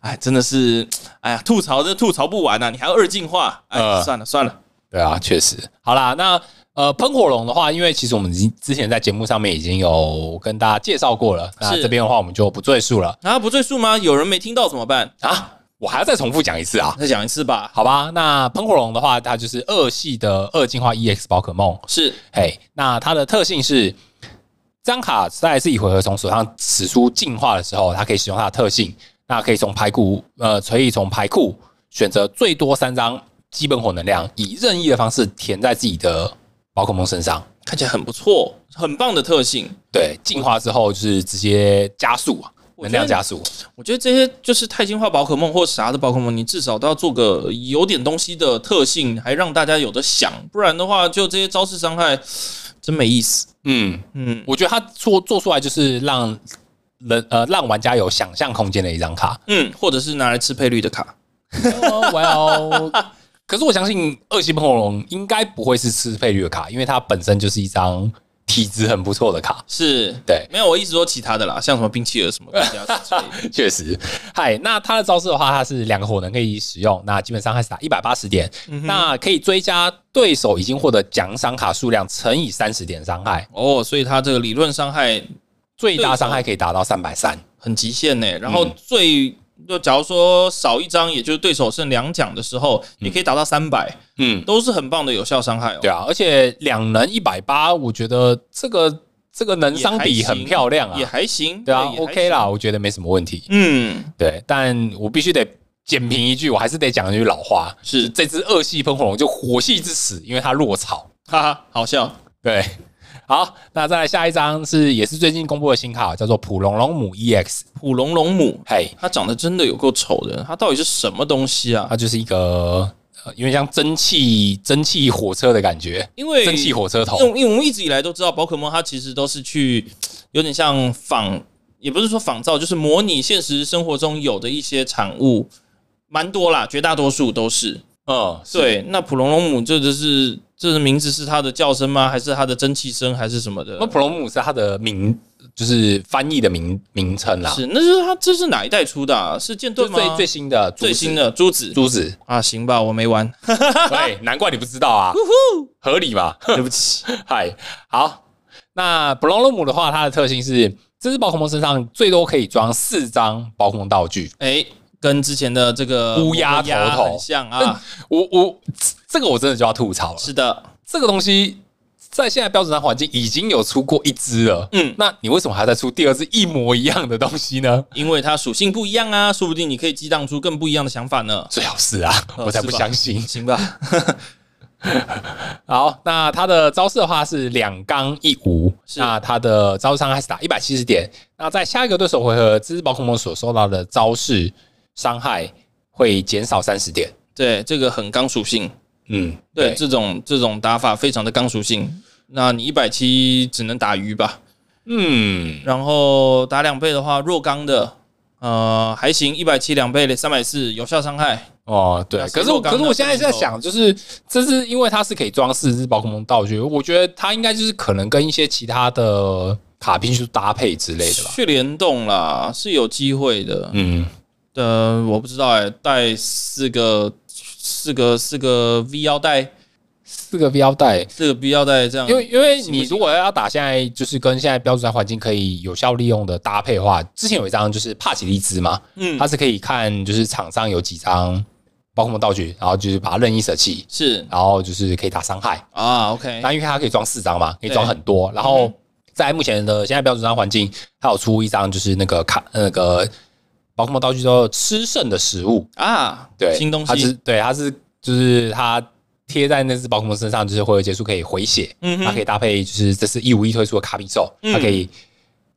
Speaker 1: 哎，真的是，哎呀，吐槽这吐槽不完呐、啊你还要二进化，哎，
Speaker 2: 呃
Speaker 1: 算了算了，
Speaker 2: 对啊，确实。好啦，那呃，喷火龙的话，因为其实我们已经之前在节目上面已经有跟大家介绍过了，那
Speaker 1: 是
Speaker 2: 这边的话我们就不赘述了
Speaker 1: 啊，不赘述吗？有人没听到怎么办？
Speaker 2: 啊。我还要再重复讲一次啊，
Speaker 1: 再讲一次吧。
Speaker 2: 好吧？那喷火龙的话，它就是二系的二进化 EX 宝可梦，
Speaker 1: 是
Speaker 2: 嘿，那它的特性是，张卡在自己回合从手上使出进化的时候，它可以使用它的特性，那可以从牌库呃，可以从牌库选择最多三张基本火能量，以任意的方式填在自己的宝可梦身上。
Speaker 1: 看起来很不错，很棒的特性。
Speaker 2: 对，进化之后就是直接加速啊，
Speaker 1: 我
Speaker 2: 能
Speaker 1: 觉得
Speaker 2: 量加速。
Speaker 1: 我觉得这些就是钛金化宝可梦或啥的宝可梦，你至少都要做个有点东西的特性，还让大家有的想，不然的话，就这些招式伤害真没意思。
Speaker 2: 嗯，
Speaker 1: 嗯
Speaker 2: 我觉得它做做出来就是让人呃让玩家有想象空间的一张卡。
Speaker 1: 嗯，或者是拿来吃配率的卡，
Speaker 2: 哦哇哦！ [laughs] 可是我相信二星火龙应该不会是吃配率的卡，因为它本身就是一张体质很不错的卡。
Speaker 1: 是
Speaker 2: 对
Speaker 1: 没有，我一直说其他的啦，像什么冰企鹅什么的，大家之类
Speaker 2: [laughs]
Speaker 1: 的
Speaker 2: 确实，嗨，那它的招式的话，它是两个火能可以使用，那基本上它是打一百八十点，那可以追加对手已经获得奖赏卡数量乘以三十点伤害，
Speaker 1: 哦，所以它这个理论伤害
Speaker 2: 最大伤害可以达到三百三。
Speaker 1: 很极限呢。然后
Speaker 2: 嗯
Speaker 1: 最、就假如说少一张，也就是对手剩两奖的时候，你可以达到三百，
Speaker 2: 嗯，
Speaker 1: 都是很棒的有效伤害哦。
Speaker 2: 对啊，而且两能一百八，我觉得这个这个能伤比很漂亮啊
Speaker 1: 也，还行，
Speaker 2: 对啊
Speaker 1: 也还
Speaker 2: ，OK 啦，
Speaker 1: 行。
Speaker 2: 我觉得没什么问题。
Speaker 1: 嗯，
Speaker 2: 对，但我必须得简评一句，我还是得讲一句老话，
Speaker 1: 是
Speaker 2: 这只恶系喷火龙就火系之始，因为它落草。
Speaker 1: 哈哈，好笑。
Speaker 2: 对，好，那再来下一张是也是最近公布的新卡，叫做普龙龙母 EX。
Speaker 1: 普龙龙母，
Speaker 2: 嘿，
Speaker 1: 它长得真的有够丑的，它到底是什么东西啊？
Speaker 2: 它就是一个呃有点像蒸汽蒸汽火车的感觉，
Speaker 1: 因为
Speaker 2: 蒸汽火车头
Speaker 1: 因。为因为我们一直以来都知道，宝可梦它其实都是去有点像仿，也不是说仿造，就是模拟现实生活中有的一些产物，蛮多啦，绝大多数都是。
Speaker 2: 嗯，是，
Speaker 1: 对，那普龙龙母这就是这是名字是它的叫声吗？还是它的蒸汽声，还是什么的
Speaker 2: 那？普龙母是它的名，就是翻译的名名称啦，
Speaker 1: 是，那是它这是哪一代出的、啊？是剑
Speaker 2: 就
Speaker 1: 盾吗？
Speaker 2: 最最新的
Speaker 1: 最
Speaker 2: 竹子
Speaker 1: 新的珠子
Speaker 2: 珠 [laughs] 子，
Speaker 1: 啊，行吧，我没
Speaker 2: [laughs]
Speaker 1: 玩， [laughs]
Speaker 2: 对，难怪你不知道啊，合理吧？ [laughs]
Speaker 1: 对不起。
Speaker 2: 嗨，好，那布隆鲁姆的话，它的特性是这只宝可梦身上最多可以装四张宝可梦道具。
Speaker 1: 哎，跟之前的这个
Speaker 2: 乌鸦头头嗯
Speaker 1: 乌鸦很像啊。
Speaker 2: 我我这这个我真的就要吐槽了，
Speaker 1: 是的，
Speaker 2: 这个东西在现在标准上环境已经有出过一只了，
Speaker 1: 嗯，
Speaker 2: 那你为什么还要再出第二只一模一样的东西呢？
Speaker 1: 因为它属性不一样啊，说不定你可以激荡出更不一样的想法呢。
Speaker 2: 最好是啊，
Speaker 1: 呃
Speaker 2: [laughs] 我才不
Speaker 1: 是吧
Speaker 2: 相信。
Speaker 1: 行吧，
Speaker 2: 好，那它的招式的话是两刚一无，
Speaker 1: 是
Speaker 2: 那它的招式伤害是打一百七十点。那在下一个对手回合，这只宝可梦所受到的招式伤害会减少三十点。
Speaker 1: 对，这个很刚属性，
Speaker 2: 嗯，
Speaker 1: 对，这种这种打法非常的刚属性。那你一百七只能打鱼吧，
Speaker 2: 嗯，
Speaker 1: 然后打两倍的话，弱刚的，呃，还行，一百七两倍三百四有效伤害，
Speaker 2: 哦，对。
Speaker 1: 那
Speaker 2: 可
Speaker 1: 谁
Speaker 2: 是我
Speaker 1: 做
Speaker 2: 可
Speaker 1: 刚
Speaker 2: 是我现在
Speaker 1: 那谁
Speaker 2: 在
Speaker 1: 做
Speaker 2: 想，就是这是因为它是可以装四只宝可梦道具，我觉得它应该就是可能跟一些其他的卡片去搭配之类的吧。
Speaker 1: 去联动啦，是有机会的。
Speaker 2: 嗯，
Speaker 1: 呃，我不知道哎、带四个四个四个 V 腰带，
Speaker 2: 四个标带，
Speaker 1: 四个 V 腰带这样，
Speaker 2: 因为因为
Speaker 1: 嗯行不
Speaker 2: 你
Speaker 1: 行
Speaker 2: 如果要打现在就是跟现在标准赛环境可以有效利用的搭配的话，之前有一张就是帕奇利兹嘛，
Speaker 1: 嗯
Speaker 2: 它是可以看就是场上有几张包括道具，然后就是把它任意舍弃，
Speaker 1: 是
Speaker 2: 然后就是可以打伤害。
Speaker 1: 啊，OK，
Speaker 2: 那因为它可以装四张嘛，可以装
Speaker 1: 对
Speaker 2: 很多。然后在目前的现在标准赛环境，它有出一张就是那个卡那个宝可梦道具叫做吃剩的食物，
Speaker 1: 啊，
Speaker 2: 对，
Speaker 1: 新东
Speaker 2: 它是
Speaker 1: 西，
Speaker 2: 对，它是就是它贴在那只宝可梦身上，就是会有结束可以回血，
Speaker 1: 嗯
Speaker 2: 它可以
Speaker 1: 哼，
Speaker 2: 搭配就是这是一五一推出的卡比兽，
Speaker 1: 嗯
Speaker 2: 它可以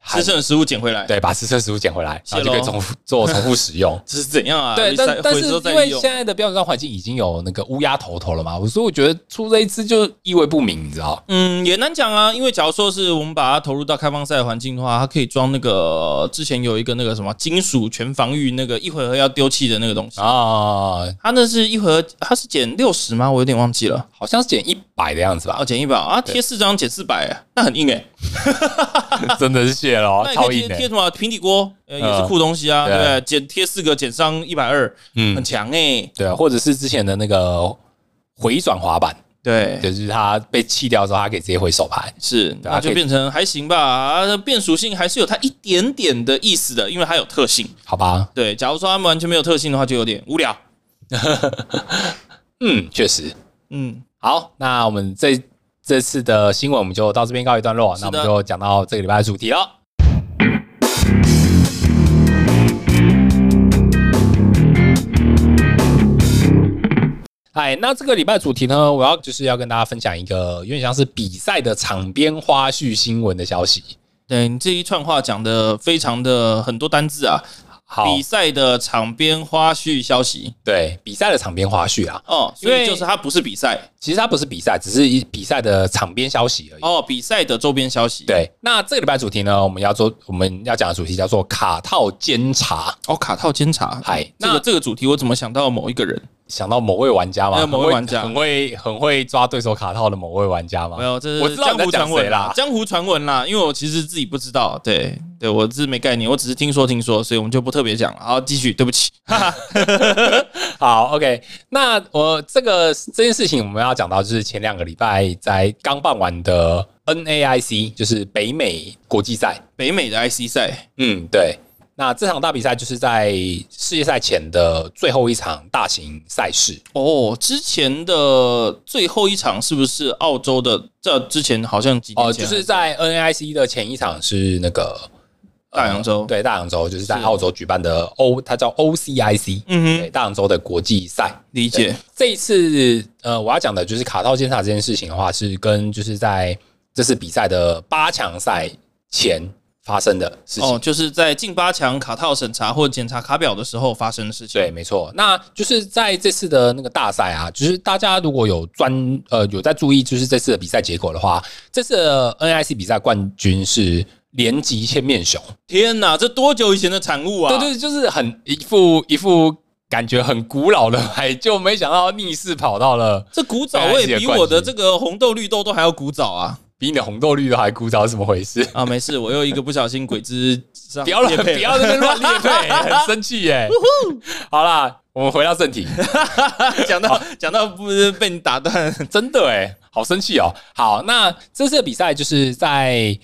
Speaker 1: 吃剩的食物捡回来，，
Speaker 2: 对把吃剩食物捡回来，
Speaker 1: 谢
Speaker 2: 然后就可以
Speaker 1: 咯。
Speaker 2: 重复做重复使用
Speaker 1: 这是怎样 [laughs] 啊？
Speaker 2: 对，但
Speaker 1: 回
Speaker 2: 但
Speaker 1: 回
Speaker 2: 是
Speaker 1: 收再
Speaker 2: 因为
Speaker 1: 利用
Speaker 2: 现在的标准上环境已经有那个乌鸦头头了嘛，所以我觉得出这一只就意味不明，你知道？
Speaker 1: 嗯，也难讲啊，因为假如说是我们把它投入到开放赛的环境的话，它可以装那个之前有一个那个什么金属全防御那个一回合要丢弃的那个东西，
Speaker 2: 啊，
Speaker 1: 它那是一回合，它是减六十吗？我有点忘记了，
Speaker 2: 好像是减一百的样子吧
Speaker 1: [laughs] 哦，，减一百啊，贴四张减四百，那很硬哎、
Speaker 2: 真的是谢了哦
Speaker 1: 那，也
Speaker 2: 超
Speaker 1: 可以
Speaker 2: 硬
Speaker 1: 贴
Speaker 2: 的、
Speaker 1: 贴什么平底锅，呃，也是
Speaker 2: 嗯
Speaker 1: 酷东西啊，
Speaker 2: 对
Speaker 1: 对不对？减贴四个减伤一百二，很
Speaker 2: 嗯，
Speaker 1: 强哎，
Speaker 2: 对，或者是之前的那个回转滑板，
Speaker 1: 对。
Speaker 2: 就是它被弃掉之后，它可以直接回手牌。
Speaker 1: 是，
Speaker 2: 对
Speaker 1: 那
Speaker 2: 它可
Speaker 1: 就
Speaker 2: 以
Speaker 1: 变成还行吧。啊，变属性还是有它一点点的意思的，因为它有特性。
Speaker 2: 好吧，
Speaker 1: 对，假如说他们完全没有特性的话，就有点
Speaker 2: [laughs]
Speaker 1: 无聊。
Speaker 2: 嗯，确实。
Speaker 1: 嗯，
Speaker 2: 好，那我们这这次的新闻我们就到这边告一段落，
Speaker 1: 是
Speaker 2: 那
Speaker 1: 的
Speaker 2: 我们就讲到这个礼拜的主题了。哎，那这个礼拜的主题呢，我要就是要跟大家分享一个有点像是比赛的场边花絮新闻的消息。
Speaker 1: 对你这一串话讲的非常的很多单字啊。
Speaker 2: 好，
Speaker 1: 比赛的场边花絮消息
Speaker 2: 对比赛的场边花絮啊，
Speaker 1: 哦，
Speaker 2: 因
Speaker 1: 所
Speaker 2: 为
Speaker 1: 以就是它不是比赛
Speaker 2: 其实它不是比赛，只是一比赛的场边消息而已。
Speaker 1: 哦，比赛的周边消息。，
Speaker 2: 对，那这个礼拜主题呢，我们要做我们要讲的主题叫做卡套监察。
Speaker 1: 哦，卡套监察。
Speaker 2: 嗨，
Speaker 1: 这个
Speaker 2: 那
Speaker 1: 这个主题我怎么想到某一个人？
Speaker 2: 想到某位玩家嘛，
Speaker 1: 呃某位
Speaker 2: 很会
Speaker 1: 玩家
Speaker 2: 很会很会抓对手卡套的某位玩家嘛
Speaker 1: 没。有，这
Speaker 2: 我
Speaker 1: 是
Speaker 2: 知
Speaker 1: 江
Speaker 2: 道你在
Speaker 1: 湖
Speaker 2: 讲
Speaker 1: 传闻
Speaker 2: 谁啦
Speaker 1: 江湖传闻啦。因为我其实自己不知道，对对，我是没概念，我只是听说听说，所以我们就不特别讲了。好，继续，对不起。
Speaker 2: [laughs] 好，OK，那我这个这件事情我们要讲到，就是前两个礼拜在刚办完的 NAIC，就是北美国际赛。
Speaker 1: 北美的 IC 赛，
Speaker 2: 嗯，对。那这场大比赛就是在世界赛前的最后一场大型赛事。
Speaker 1: 哦，之前的最后一场是不是澳洲的？这之前好像几
Speaker 2: 哦，
Speaker 1: 年
Speaker 2: 就
Speaker 1: 前啊、
Speaker 2: 是在 NAIC 的前一场是那个
Speaker 1: 大洋洲
Speaker 2: 呃对大洋洲，就是在
Speaker 1: 是
Speaker 2: 澳洲举办的 O，它叫 OCIC，
Speaker 1: 嗯
Speaker 2: 对
Speaker 1: 哼，
Speaker 2: 大洋洲的国际赛。
Speaker 1: 理解。
Speaker 2: 这一次，呃，我要讲的就是卡套监察这件事情的话，是跟就是在这次比赛的八强赛前发生的事情。
Speaker 1: 哦，就是在进八强卡套审查或检查卡表的时候发生的事情。
Speaker 2: 对，没错。那就是在这次的那个大赛啊，就是大家如果有专呃有在注意，就是这次的比赛结果的话，这次的 NIC 比赛冠军是连级千面熊。
Speaker 1: 天哪，这多久以前的产物啊！
Speaker 2: 对对，就是很一副一副感觉很古老的牌，就没想到逆势跑到了
Speaker 1: 这古早味比我的这个红豆绿豆都还要古早
Speaker 2: [laughs]
Speaker 1: 啊！
Speaker 2: 比你的红豆绿都还枯燥，是怎么回事？
Speaker 1: 啊，没事，我又一个不小心鬼之上
Speaker 2: 不要乱
Speaker 1: 业配了
Speaker 2: 不要在那边乱列配，很生气耶！好啦，我们回到正题，
Speaker 1: [laughs] 讲到讲到不是被你打断，
Speaker 2: 真的哎，好生气哦。好，那这次的比赛就是在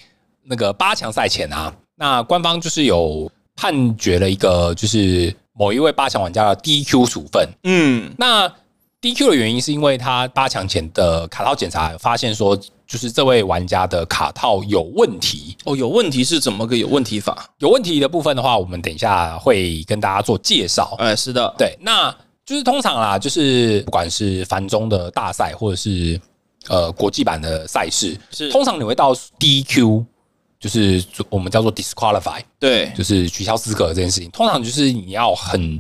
Speaker 2: 那个八强赛前啊，那官方就是有判决了一个就是某一位八强玩家的 DQ 处分，
Speaker 1: 嗯，
Speaker 2: 那 DQ 的原因是因为他八强前的卡套检查发现说，就是这位玩家的卡套有问题。
Speaker 1: 哦，有问题是怎么个有问题法？
Speaker 2: 有问题的部分的话，我们等一下会跟大家做介绍。
Speaker 1: 哎，是的，
Speaker 2: 对，那就是通常啦，就是不管是繁中的大赛或者是呃国际版的赛事，
Speaker 1: 是
Speaker 2: 通常你会到 DQ，就是我们叫做 disqualify，
Speaker 1: 对，
Speaker 2: 就是取消资格这件事情。通常就是你要很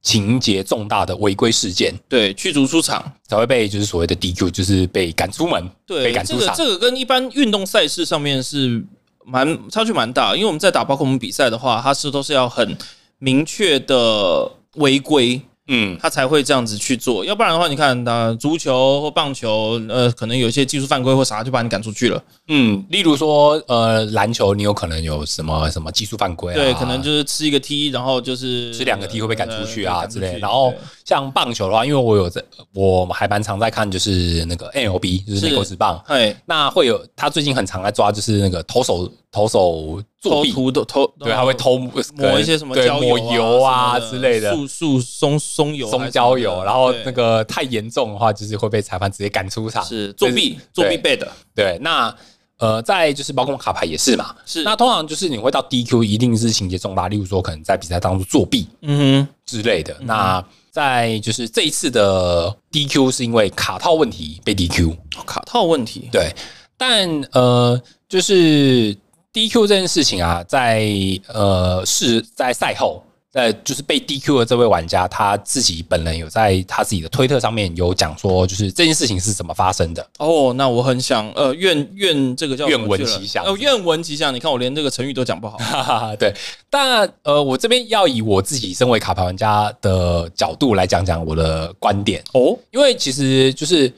Speaker 2: 情节重大的违规事件，
Speaker 1: 对，驱逐出场。
Speaker 2: 才会被就是所谓的 DQ，就是被赶出门，被
Speaker 1: 对，
Speaker 2: 赶
Speaker 1: 这
Speaker 2: 出
Speaker 1: 个
Speaker 2: 场。
Speaker 1: 这个跟一般运动赛事上面是蛮差距蛮大，因为我们在打宝可梦比赛的话，它是都是要很明确的违规，
Speaker 2: 嗯，
Speaker 1: 它才会这样子去做，要不然的话，你看，打足球或棒球，呃，可能有一些技术犯规或啥，就把你赶出去了。
Speaker 2: 嗯，例如说，呃，篮球你有可能有什么什么技术犯规啊，
Speaker 1: 对，可能就是吃一个 T，然后就是
Speaker 2: 是两个 T 会被赶出去啊
Speaker 1: 呃
Speaker 2: 之
Speaker 1: 被赶出
Speaker 2: 类。
Speaker 1: 去
Speaker 2: 然后
Speaker 1: 对
Speaker 2: 像棒球的话，因为我有在，我还蛮常在看，就是那个 NLB，就是美国
Speaker 1: 是
Speaker 2: 职棒，
Speaker 1: 哎，
Speaker 2: 那会有他最近很常在抓，就是那个投手投手作
Speaker 1: 偷
Speaker 2: 弊，
Speaker 1: 涂的偷，哦
Speaker 2: 对，他会偷抹
Speaker 1: 抹一些什么
Speaker 2: 对
Speaker 1: 胶
Speaker 2: 抹油啊
Speaker 1: 什么
Speaker 2: 之类的。
Speaker 1: 素素松松油还是啊什么
Speaker 2: 松
Speaker 1: 的，
Speaker 2: 胶油，然后那
Speaker 1: 对
Speaker 2: 个太严重的话，就是会被裁判直接赶出场。
Speaker 1: 是作弊
Speaker 2: 这
Speaker 1: 作弊
Speaker 2: 对
Speaker 1: 背的，
Speaker 2: 对，那呃，在就是包括卡牌也是嘛。
Speaker 1: 是
Speaker 2: 那通常就是你会到 DQ，一定是情节重大，例如说可能在比赛当中作弊
Speaker 1: 嗯哼，
Speaker 2: 之类的。那在就是这一次的 DQ 是因为卡套问题被 DQ，
Speaker 1: 哦卡套问题，
Speaker 2: 对，但呃，就是 DQ 这件事情啊，在呃是在赛后，在就是被 DQ 的这位玩家，他自己本人有在他自己的推特上面有讲说，就是这件事情是怎么发生的。
Speaker 1: 哦，那我很想，呃，愿愿这个叫什么
Speaker 2: 愿闻
Speaker 1: 去了
Speaker 2: 其详
Speaker 1: 哦，愿闻其详。你看我连这个成语都讲
Speaker 2: [laughs]
Speaker 1: 不好，
Speaker 2: 哈哈哈，对，但呃，我这边要以我自己身为卡牌玩家的角度来讲讲我的观点
Speaker 1: 哦，
Speaker 2: 因为其实就是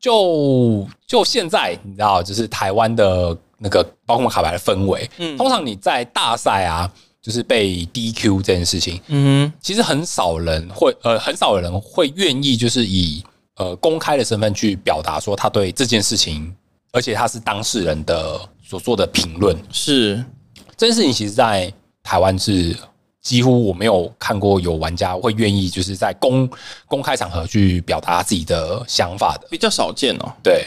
Speaker 2: 就就现在你知道，就是台湾的那个包括卡牌的氛围，
Speaker 1: 嗯
Speaker 2: 通常你在大赛啊，就是被 DQ 这件事情，
Speaker 1: 嗯
Speaker 2: 其实很少人会呃，很少人会愿意就是以呃公开的身份去表达说他对这件事情，而且他是当事人的所做的评论。
Speaker 1: 哼，是，
Speaker 2: 这件事情其实，在台湾是几乎我没有看过有玩家会愿意就是在公公开场合去表达自己的想法的。
Speaker 1: 比较少见哦。
Speaker 2: 对，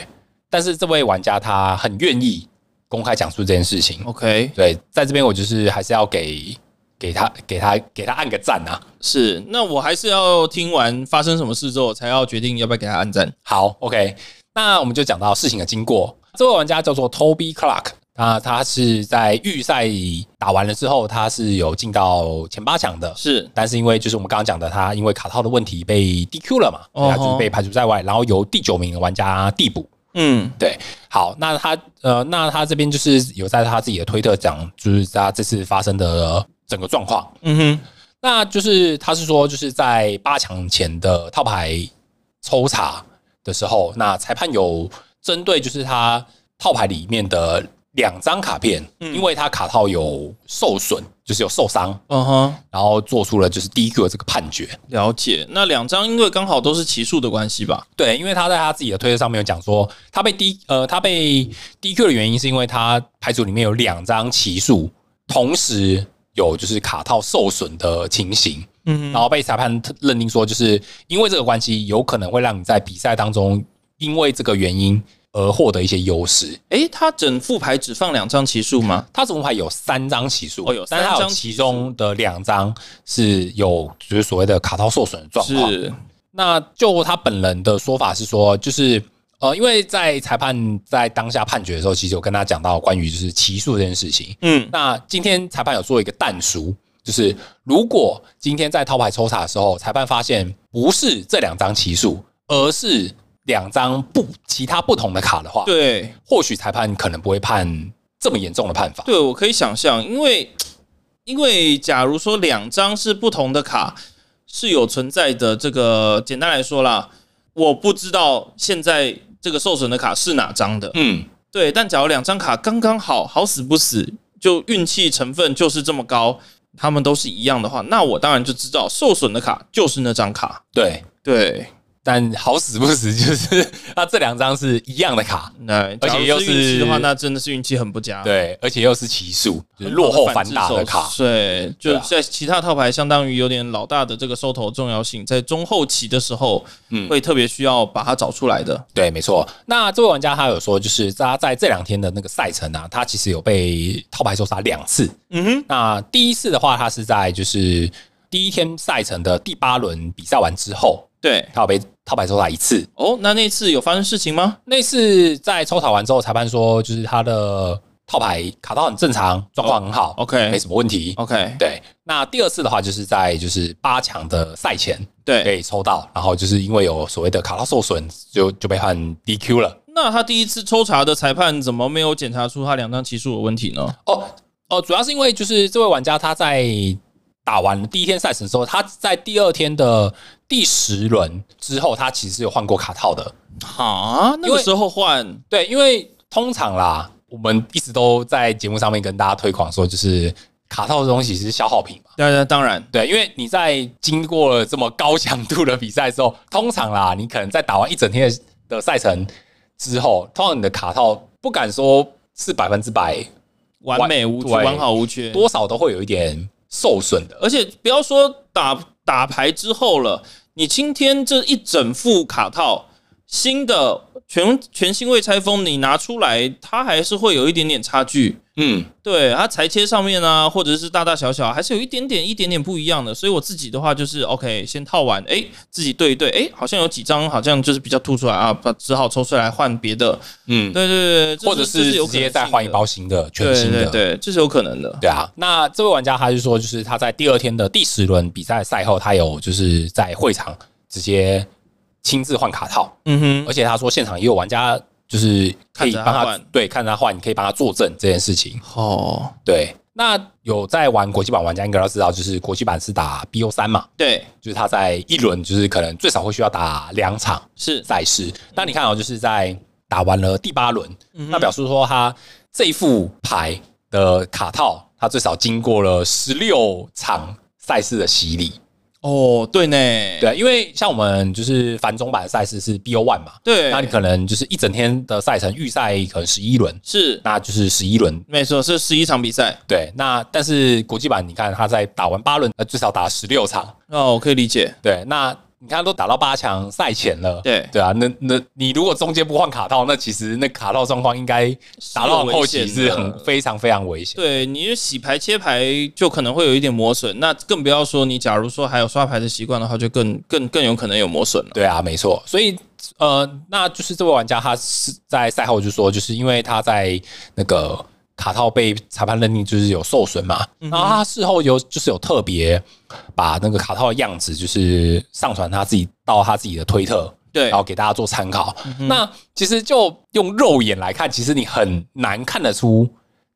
Speaker 2: 但是这位玩家他很愿意公开讲述这件事情。
Speaker 1: OK，
Speaker 2: 对，在这边我就是还是要给给他给他给他按个赞啊。
Speaker 1: 是，那我还是要听完发生什么事之后，才要决定要不要给他按赞。
Speaker 2: 好，OK，那我们就讲到事情的经过。这位玩家叫做 Toby Clark，那他是在预赛打完了之后，他是有进到前八强的。
Speaker 1: 是，
Speaker 2: 但是因为就是我们刚刚讲的，他因为卡套的问题被 DQ 了嘛，所以他就
Speaker 1: 哦吼
Speaker 2: 是被排除在外，然后由第九名的玩家递补。
Speaker 1: 嗯，
Speaker 2: 对，好，那他呃，那他这边就是有在他自己的推特讲，就是他这次发生的整个状况。
Speaker 1: 嗯哼，
Speaker 2: 那就是他是说，就是在八强前的呃套牌抽查的时候，那裁判有针对就是他套牌里面的两张卡片，因为他卡套有受损，就是有受伤，
Speaker 1: 嗯哼，
Speaker 2: 然后做出了就是 DQ 的这个判决。
Speaker 1: 了解。那两张因为刚好都是奇数的关系吧？
Speaker 2: 对，因为他在他自己的推特上面有讲说，他被 D 呃，他被 DQ 的原因是因为他牌组里面有两张奇数，同时有就是卡套受损的情形，
Speaker 1: 嗯
Speaker 2: 然后被裁判认定说，就是因为这个关系，有可能会让你在比赛当中因为这个原因而获得一些优势。
Speaker 1: 诶，他整副牌只放两张奇数吗？
Speaker 2: 他总共牌有三张奇数，
Speaker 1: 哦有
Speaker 2: 但是
Speaker 1: 三
Speaker 2: 他有
Speaker 1: 张
Speaker 2: 其
Speaker 1: 奇
Speaker 2: 中的两张是有就是所谓的卡套受损的状况，
Speaker 1: 是，
Speaker 2: 那就他本人的说法是说，就是呃，因为在裁判在当下判决的时候，其实有跟他讲到关于就是奇数这件事情。
Speaker 1: 嗯，
Speaker 2: 那今天裁判有做一个淡熟，就是如果今天在套牌抽查的时候，裁判发现不是这两张奇数，而是两张不其他不同的卡的话，
Speaker 1: 对，
Speaker 2: 或许裁判可能不会判这么严重的判法。
Speaker 1: 对，我可以想象，因为因为假如说两张是不同的卡，是有存在的这个，简单来说啦，我不知道现在这个受损的卡是哪张的，
Speaker 2: 嗯，
Speaker 1: 对，但假如两张卡刚刚好，好死不死，就运气成分就是这么高，他们都是一样的话，那我当然就知道受损的卡就是那张卡，
Speaker 2: 对。
Speaker 1: 对，
Speaker 2: 但好死不死，就是 [laughs] 他这两张是一样的卡，
Speaker 1: 那
Speaker 2: 而且
Speaker 1: 假如
Speaker 2: 又
Speaker 1: 运气的话，
Speaker 2: 是
Speaker 1: 那真的是运气很不佳，。
Speaker 2: 对，而且又是奇数，就是落后反打的卡。
Speaker 1: 对，就
Speaker 2: 对啊
Speaker 1: 在其他套牌相当于有点老大的这个收头重要性，在中后期的时候，
Speaker 2: 嗯
Speaker 1: 会特别需要把它找出来的。
Speaker 2: 对，没错。那这位玩家他有说，就是他在这两天的那个赛程啊，他其实有被套牌抽杀两次。
Speaker 1: 嗯哼，
Speaker 2: 那第一次的话，他是在就是第一天赛程的第八轮比赛完之后，
Speaker 1: 对。
Speaker 2: 他有被套牌抽杀一次。
Speaker 1: 哦，那那次有发生事情吗？
Speaker 2: 那次在抽查完之后，裁判说就是他的套牌卡到很正常，状况很好、
Speaker 1: 哦 OK 哦
Speaker 2: 没什么问题。
Speaker 1: OK，
Speaker 2: 对，那第二次的话，就是在就是八强的赛前
Speaker 1: 对，
Speaker 2: 被抽到，然后就是因为有所谓的卡到受损，就就被判 DQ 了。
Speaker 1: 那他第一次抽查的裁判怎么没有检查出他两张奇数有问题呢？
Speaker 2: 哦哦，主要是因为就是这位玩家他在打完第一天赛程之后，他在第二天的第十轮之后，他其实有换过卡套的。
Speaker 1: 啊，那
Speaker 2: 因
Speaker 1: 个
Speaker 2: 为
Speaker 1: 时候换
Speaker 2: 对，因为通常啦，我们一直都在节目上面跟大家推广说，就是卡套的东西是消耗品嘛。
Speaker 1: 当然当然
Speaker 2: 对，因为你在经过了这么高强度的比赛之后，通常啦，你可能在打完一整天的的赛程之后，通常你的卡套不敢说是百分之百，
Speaker 1: 完美无缺，
Speaker 2: 对
Speaker 1: 完好无缺，
Speaker 2: 多少都会有一点受损的。
Speaker 1: 而且不要说打打牌之后了，你今天这一整副卡套，新的全全新未拆封，你拿出来，它还是会有一点点差距。
Speaker 2: 嗯，
Speaker 1: 对它裁切上面啊，或者是大大小小，还是有一点点、一点点不一样的。所以我自己的话就是 OK，先套完，哎，自己对一对，哎，好像有几张好像就是比较凸出来啊，把只好抽出来换别的。
Speaker 2: 嗯，
Speaker 1: 对对对，这
Speaker 2: 或者
Speaker 1: 是这
Speaker 2: 是
Speaker 1: 是有
Speaker 2: 直
Speaker 1: 可能
Speaker 2: 接再
Speaker 1: 性
Speaker 2: 换一
Speaker 1: 的
Speaker 2: 包新的，全
Speaker 1: 对
Speaker 2: 新的。
Speaker 1: 对对，这是有可能的。
Speaker 2: 对啊，那这位玩家他是说，就是他在第二天的第十轮比赛赛后，他有就是在会场直接亲自换卡套，
Speaker 1: 嗯哼，
Speaker 2: 而且他说现场也有玩家就是可以
Speaker 1: 看着
Speaker 2: 帮
Speaker 1: 他
Speaker 2: 他
Speaker 1: 换
Speaker 2: 对看着他换，你可以帮他作证这件事情。
Speaker 1: 哦，
Speaker 2: 对，那有在玩国际版玩家应该要知道，就是国际版是打 BO 三嘛，
Speaker 1: 对，
Speaker 2: 就是他在一轮就是可能最少会需要打两场
Speaker 1: 是
Speaker 2: 赛事。那你看哦，就是在打完了第八轮，
Speaker 1: 嗯哼
Speaker 2: 那表示说他这一副牌的卡套，他最少经过了十六场赛事的洗礼。
Speaker 1: 哦，对呢，
Speaker 2: 对，因为像我们就是繁中版的赛事是 BO One 嘛，
Speaker 1: 对
Speaker 2: 那你可能就是一整天的赛程预赛可能十一轮，
Speaker 1: 是
Speaker 2: 那就是十一轮。
Speaker 1: 没错，是十一场比赛
Speaker 2: 对，那但是国际版你看他在打完八轮，呃，最少打十六场。
Speaker 1: 哦，我可以理解。
Speaker 2: 对，那你看都打到八强赛前了，
Speaker 1: 对
Speaker 2: 对啊，那那你如果中间不换卡套，那其实那卡套状况应该打到后
Speaker 1: 是有危
Speaker 2: 期是
Speaker 1: 险的
Speaker 2: 很非常非常危险。
Speaker 1: 对，你是洗牌切牌就可能会有一点磨损，那更不要说你假如说还有刷牌的习惯的话，就更更更有可能有磨损了。
Speaker 2: 对啊，没错，所以呃，那就是这位玩家他是在赛后就说，就是因为他在那个卡套被裁判认定就是有受损嘛，然后他事后有就是有特别把那个卡套的样子就是上传他自己到他自己的推特，
Speaker 1: 对
Speaker 2: 然后给大家做参考。那其实就用肉眼来看，其实你很难看得出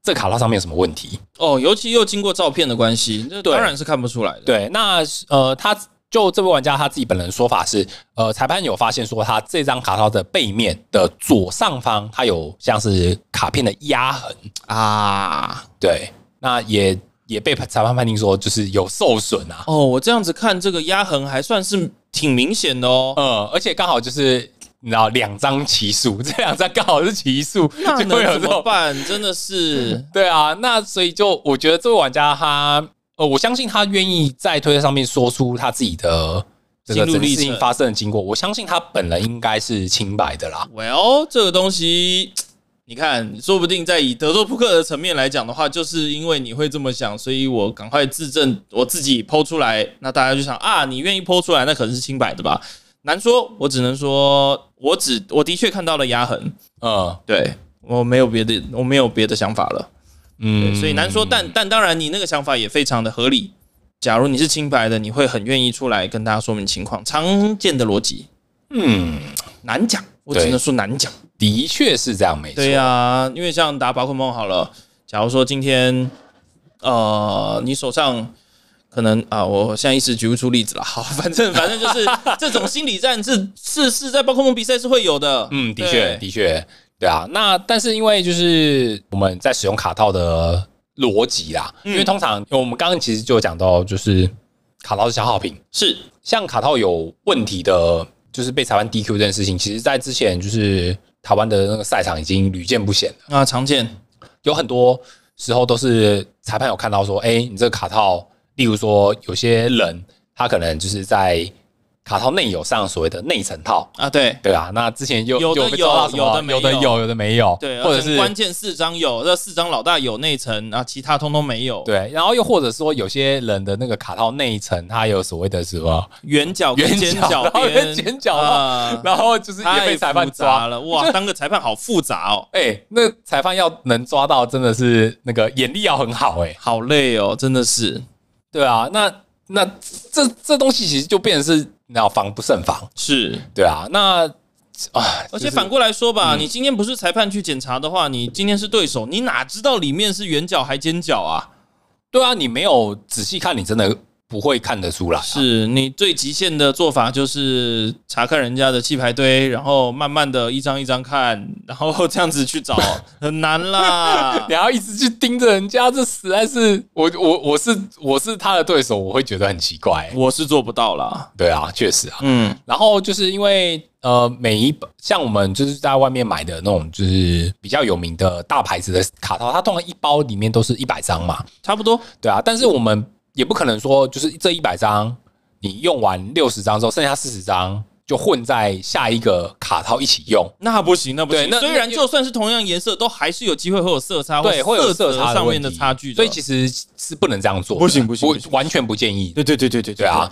Speaker 2: 这卡套上面有什么问题。
Speaker 1: 哦，尤其又经过照片的关系，这
Speaker 2: 对
Speaker 1: 当然是看不出来的。
Speaker 2: 对，那呃，他就这位玩家他自己本人说法是，呃，裁判有发现说他这张卡套的背面的左上方，它有像是卡片的压痕，
Speaker 1: 啊，
Speaker 2: 对，那也也被裁判判定说就是有受损啊，
Speaker 1: 哦，我这样子看这个压痕还算是挺明显的
Speaker 2: [laughs]
Speaker 1: 哦。
Speaker 2: 呃，而且刚好就是。你知道两张奇数，这两张刚好是奇数，
Speaker 1: 那
Speaker 2: 就会有
Speaker 1: 能
Speaker 2: 这
Speaker 1: 怎么
Speaker 2: 种
Speaker 1: 办？真的是，
Speaker 2: 对啊，那所以就我觉得这位玩家他，呃，我相信他愿意在推特上面说出他自己的这个
Speaker 1: 心路
Speaker 2: 整个
Speaker 1: 历
Speaker 2: 事
Speaker 1: 程
Speaker 2: 情发生的经过，我相信他本人应该是清白的啦。
Speaker 1: Well，这个东西，你看，说不定在以德州扑克的层面来讲的话，就是因为你会这么想，所以我赶快自证我自己剖出来，那大家就想啊，你愿意剖出来，那可能是清白的吧？难说，我只能说，我只我的确看到了压痕，
Speaker 2: 嗯
Speaker 1: 对我没有别的，我没有别的想法了，对
Speaker 2: 嗯
Speaker 1: 所以难说，但但当然，你那个想法也非常的合理。假如你是清白的，你会很愿意出来跟大家说明情况，常见的逻辑
Speaker 2: 嗯，
Speaker 1: 难讲，我
Speaker 2: 对
Speaker 1: 只能说难讲。
Speaker 2: 的确是这样，没错。
Speaker 1: 对呀、因为像打宝可梦好了，假如说今天呃你手上可能啊，我现在一时举不出例子了。 [laughs] 好，反正反正就是 [laughs] 这种心理战是是是在宝可梦比赛是会有的。
Speaker 2: 嗯，的
Speaker 1: 对
Speaker 2: 确，的确，对啊。那但是因为就是我们在使用卡套的逻辑啦，
Speaker 1: 嗯
Speaker 2: 因为通常我们刚刚其实就有讲到，就是卡套是消耗品，
Speaker 1: 是
Speaker 2: 像卡套有问题的，就是被裁判 DQ 这件事情，其实在之前就是台湾的那个赛场已经屡见不鲜了，
Speaker 1: 啊，常见
Speaker 2: 有很多时候都是裁判有看到说，哎、你这个卡套，例如说有些人他可能就是在卡套内有上所谓的内层套。
Speaker 1: 啊，对
Speaker 2: 对啊，那之前又
Speaker 1: 有的
Speaker 2: 被抓到什么
Speaker 1: 有有的没有
Speaker 2: 有的有，有的没有，
Speaker 1: 对，
Speaker 2: 或者
Speaker 1: 而且
Speaker 2: 是
Speaker 1: 关键四张有，这四张老大有内层啊，其他通通没有。，
Speaker 2: 对，然后又或者说有些人的那个卡套内层，它有所谓的什么
Speaker 1: 圆角跟
Speaker 2: 圆
Speaker 1: 尖
Speaker 2: 角
Speaker 1: 角
Speaker 2: 然后
Speaker 1: 边
Speaker 2: 跟尖
Speaker 1: [laughs]
Speaker 2: 角
Speaker 1: 啊，
Speaker 2: 然后就是也被裁判
Speaker 1: 太复
Speaker 2: 抓
Speaker 1: 杂了，哇，当个裁判好复杂哦，
Speaker 2: 哎、那裁判要能抓到，真的是那个眼力要很好哎、
Speaker 1: [laughs] 好累哦，真的是
Speaker 2: 对啊，那那这这东西其实就变成是那防不胜防。
Speaker 1: 是。
Speaker 2: 对啊，那啊，
Speaker 1: 而
Speaker 2: 就
Speaker 1: 且
Speaker 2: 是
Speaker 1: 反过来说吧，你今天不是裁判去检查的话，你今天是对手，你哪知道里面是圆角还尖角啊？
Speaker 2: 对啊，你没有仔细看，你真的不会看得出来、啊。
Speaker 1: 是你最极限的做法就是查看人家的弃牌堆，然后慢慢的一张一张看，然后这样子去 [laughs] 找，很难啦
Speaker 2: 你。要一直去盯着人家，这实在是我我我是我是他的对手，我会觉得很奇怪、欸
Speaker 1: 我是做不到啦。
Speaker 2: 对啊，确实啊。
Speaker 1: 嗯，
Speaker 2: 然后就是因为呃，每一本像我们就是在外面买的那种，就是比较有名的大牌子的卡套，它通常一包里面都是一百张嘛。
Speaker 1: 差不多。
Speaker 2: 对啊，但是我们也不可能说，就是这一百张你用完六十张之后，剩下四十张就混在下一个卡套一起用。
Speaker 1: 那不行，那不行。
Speaker 2: 对那
Speaker 1: 虽然
Speaker 2: 那
Speaker 1: 就算是同样颜色，都还是有机会会有色差，
Speaker 2: 对，会有
Speaker 1: 色
Speaker 2: 色
Speaker 1: 泽
Speaker 2: 差
Speaker 1: 上
Speaker 2: 问
Speaker 1: 面的
Speaker 2: 题
Speaker 1: 差距的。
Speaker 2: 所以其实是不能这样做的，
Speaker 1: 不行不行不行
Speaker 2: 完全不建议。
Speaker 1: 对对对对对
Speaker 2: 对啊，，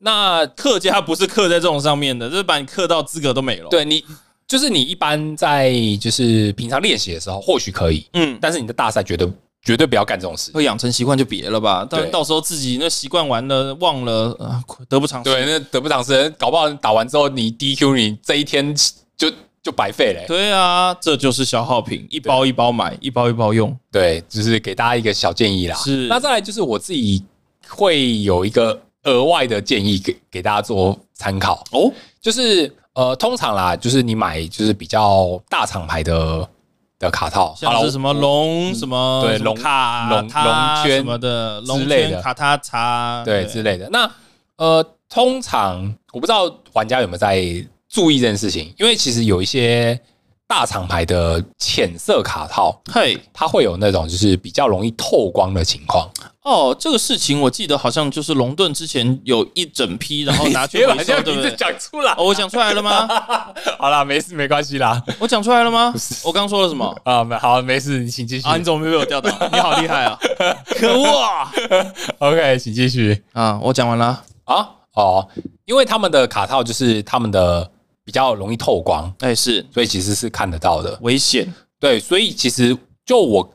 Speaker 2: 那
Speaker 1: 刻家不是刻在这种上面的，这把你刻到资格都没了。，
Speaker 2: 对你就是你一般在就是平常练习的时候或许可以，
Speaker 1: 嗯，
Speaker 2: 但是你的大赛绝对绝对不要干这种事。
Speaker 1: 会养成习惯就别了吧，但
Speaker 2: 对
Speaker 1: 到时候自己那习惯完了忘了，呃得不偿失。
Speaker 2: 对，那得不偿失，搞不好打完之后你 DQ 你这一天就就白费嘞、
Speaker 1: 对啊，这就是消耗品，一包一包买，一包一包用。
Speaker 2: 对，就是给大家一个小建议啦。
Speaker 1: 是
Speaker 2: 那再来就是我自己会有一个额外的建议给给大家做参考，
Speaker 1: 哦，
Speaker 2: 就是呃，通常啦，就是你买就是比较大厂牌的的卡套，
Speaker 1: 像是什么龙什么
Speaker 2: 对
Speaker 1: 什么
Speaker 2: 龙
Speaker 1: 卡
Speaker 2: 龙
Speaker 1: 塔
Speaker 2: 龙圈
Speaker 1: 什么的，龙
Speaker 2: 之类
Speaker 1: 圈
Speaker 2: 的
Speaker 1: 卡塔茶，
Speaker 2: 对之类的。那呃，通常我不知道玩家有没有在注意这件事情，因为其实有一些大厂牌的浅色卡套，
Speaker 1: 嘿，
Speaker 2: 它会有那种就是比较容易透光的情况。
Speaker 1: 哦，这个事情我记得好像就是龙盾之前有一整批，然哦后拿 [laughs] 去回收，对不对？
Speaker 2: 讲出来
Speaker 1: 哦，我讲出来了吗？
Speaker 2: 好啦，没事，没关系啦。
Speaker 1: 我讲出来了 [laughs] 吗？我刚说了什么？
Speaker 2: 啊，没好，没事，你请继续。
Speaker 1: 哦啊，你怎么没被我钓到？你好厉害啊！ [laughs] 可恶啊！
Speaker 2: OK，请继续
Speaker 1: 啊，我讲完了。
Speaker 2: 啊。哦，因为他们的卡套就是他们的比较容易透光，
Speaker 1: 哎、是
Speaker 2: 所以其实是看得到的。
Speaker 1: 危险。
Speaker 2: 对，所以其实就我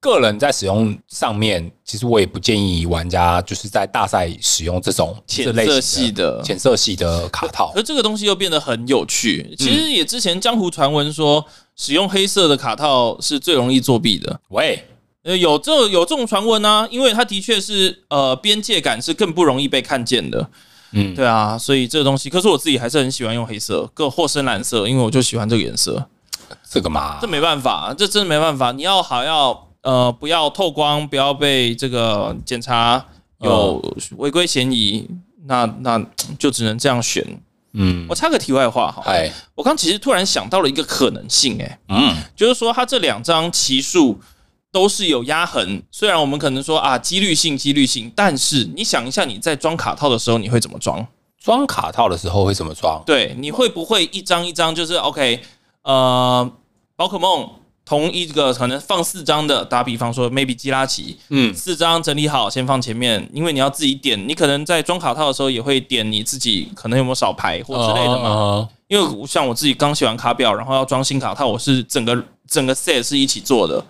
Speaker 2: 个人在使用上面，其实我也不建议玩家就是在大赛使用这种
Speaker 1: 浅
Speaker 2: 这类型
Speaker 1: 色系的呃
Speaker 2: 浅色系的卡套
Speaker 1: 而。这个东西又变得很有
Speaker 2: 嗯
Speaker 1: 趣。其实也之前江湖传闻说，使用黑色的卡套是最容易作弊的。
Speaker 2: 喂，
Speaker 1: 呃，有这有这种传闻啊，因为它的确是呃边界感是更不容易被看见的。
Speaker 2: 嗯，
Speaker 1: 对啊，所以这个东西，可是我自己还是很喜欢用黑色，各或深蓝色，因为我就喜欢这个颜色。
Speaker 2: 这个嘛
Speaker 1: 这，没办法，这真的没办法。你要好要呃，不要透光，不要被这个检查
Speaker 2: 嗯
Speaker 1: 有违规嫌疑，那那就只能这样选。
Speaker 2: 嗯
Speaker 1: 我，插个题外话哈，
Speaker 2: 哎，
Speaker 1: 我刚其实突然想到了一个可能性、欸，
Speaker 2: 嗯，
Speaker 1: 就是说它这两张棋数都是有压痕，虽然我们可能说啊几率性几率性，但是你想一下，你在装卡套的时候你会怎么装？
Speaker 2: 装卡套的时候会怎么装？
Speaker 1: 对，你会不会一张一张就是 OK？呃，宝可梦同一个可能放四张的，打比方说 maybe 基拉奇，
Speaker 2: 嗯，
Speaker 1: 四张整理好先放前面，因为你要自己点，你可能在装卡套的时候也会点你自己可能有没有少牌或之类的嘛。
Speaker 2: 嘛。
Speaker 1: 因为像我自己刚写完卡表，然后要装新卡套，我是整个整个 set 是一起做的。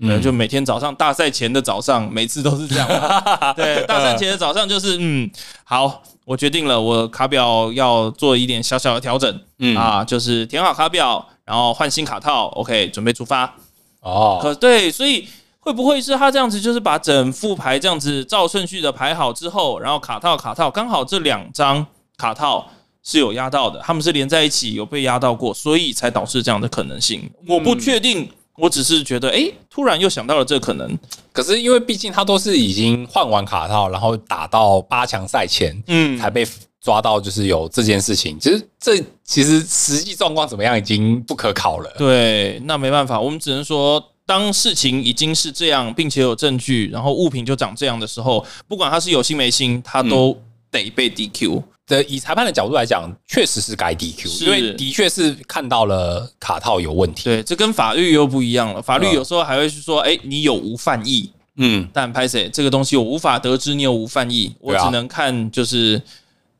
Speaker 1: 嗯，就每天早上大赛前的早上，每次都是这样嘛。对，大赛前的早上就是嗯，好，我决定了，我卡表要做一点小小的调整、
Speaker 2: 嗯
Speaker 1: 啊，就是填好卡表，然后换新卡套，OK，准备出发。
Speaker 2: 哦，
Speaker 1: 可对，所以会不会是他这样子，就是把整副牌这样子照顺序的排好之后，然后卡套卡套，刚好这两张卡套是有压到的，他们是连在一起有被压到过，所以才导致这样的可能性。我不确定，我只是觉得，哎、突然又想到了这可能，
Speaker 2: 可是因为毕竟他都是已经换完卡套，然后打到八强赛前，
Speaker 1: 嗯，
Speaker 2: 才被抓到，就是有这件事情。其实这其实实际状况怎么样已经不可考了。
Speaker 1: 对，那没办法，我们只能说。当事情已经是这样，并且有证据，然后物品就长这样的时候，不管他是有心没心，他都得被 DQ。
Speaker 2: 的以裁判的角度来讲，确实是该 DQ，
Speaker 1: 是
Speaker 2: 因为的确是看到了卡套有问题。
Speaker 1: 对，这跟法律又不一样了。法律
Speaker 2: 嗯
Speaker 1: 有时候还会去说，哎、你有无犯意，
Speaker 2: 嗯，
Speaker 1: 但拍谁这个东西我无法得知你有无犯意，我
Speaker 2: 对啊
Speaker 1: 只能看就是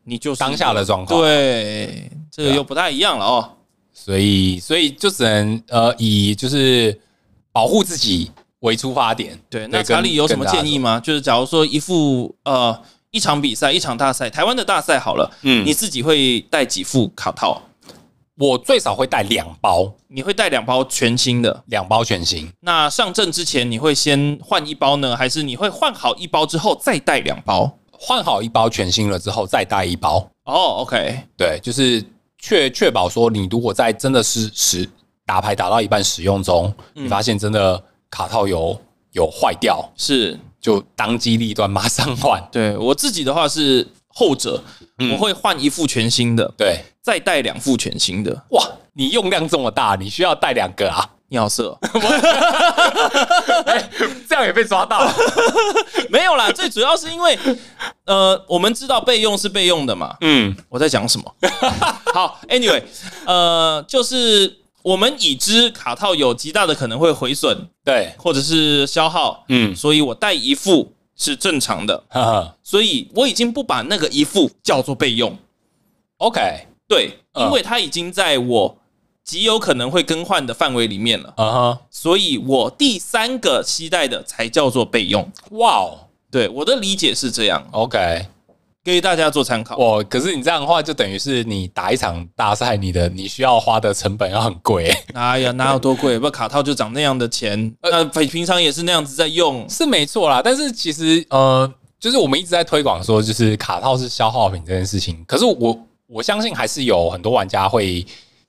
Speaker 1: 你就是
Speaker 2: 当下的状况。，
Speaker 1: 对，这个
Speaker 2: 对啊
Speaker 1: 又不太一样了哦。
Speaker 2: 所以所以就只能呃以就是保护自己为出发点。
Speaker 1: 对，那
Speaker 2: 跟
Speaker 1: 查理有什么建？
Speaker 2: 跟大家
Speaker 1: 议吗？就是假如说一副呃一场比赛，一场大赛，台湾的大赛好了，
Speaker 2: 嗯
Speaker 1: 你自己会带几副卡套？
Speaker 2: 我最少会带两包，
Speaker 1: 你会带两包全新的？
Speaker 2: 两包全新。
Speaker 1: 那上阵之前你会先换一包呢，还是你会换好一包之后再带两包？
Speaker 2: 换好一包全新了之后，再带一包。
Speaker 1: 哦，OK、o k
Speaker 2: 对，就是确确保说，你如果在真的是使打牌打到一半使用中，
Speaker 1: 嗯
Speaker 2: 你发现真的卡套有有坏掉，
Speaker 1: 是
Speaker 2: 就当机立断马上换。
Speaker 1: 对我自己的话是后者，
Speaker 2: 嗯
Speaker 1: 我会换一副全新的，
Speaker 2: 对，
Speaker 1: 再带两副全新的。
Speaker 2: [laughs] 哇，你用量这么大，你需要带两个啊？哎
Speaker 1: 你你好色哦、
Speaker 2: 这样也被抓到。
Speaker 1: 没有啦，最主要是因为，呃，我们知道备用是备用的嘛。
Speaker 2: 嗯，
Speaker 1: 我在讲什么？好，anyway，呃，就是我们已知卡套有极大的可能会毁损
Speaker 2: 对，
Speaker 1: 或者是消耗，
Speaker 2: 嗯，
Speaker 1: 所以我带一副是正常的，
Speaker 2: 呵呵
Speaker 1: 所以我已经不把那个一副叫做备用，
Speaker 2: ，OK，
Speaker 1: 对，
Speaker 2: 嗯
Speaker 1: 因为它已经在我极有可能会更换的范围里面了，
Speaker 2: 嗯哼，
Speaker 1: 所以我第三个期待的才叫做备用。
Speaker 2: 哇哦
Speaker 1: 对我的理解是这样，
Speaker 2: ，OK，
Speaker 1: 给大家做参考。
Speaker 2: 哇，可是你这样的话，就等于是你打一场大赛，你的你需要花的成本要很 [laughs] 贵，
Speaker 1: 哎呀，哪有多贵？不，卡套就长那样的钱，那、平平常也是那样子在用。
Speaker 2: 是没错啦。但是其实，呃，就是我们一直在推广说，就是卡套是消耗品这件事情，可是我我相信还是有很多玩家会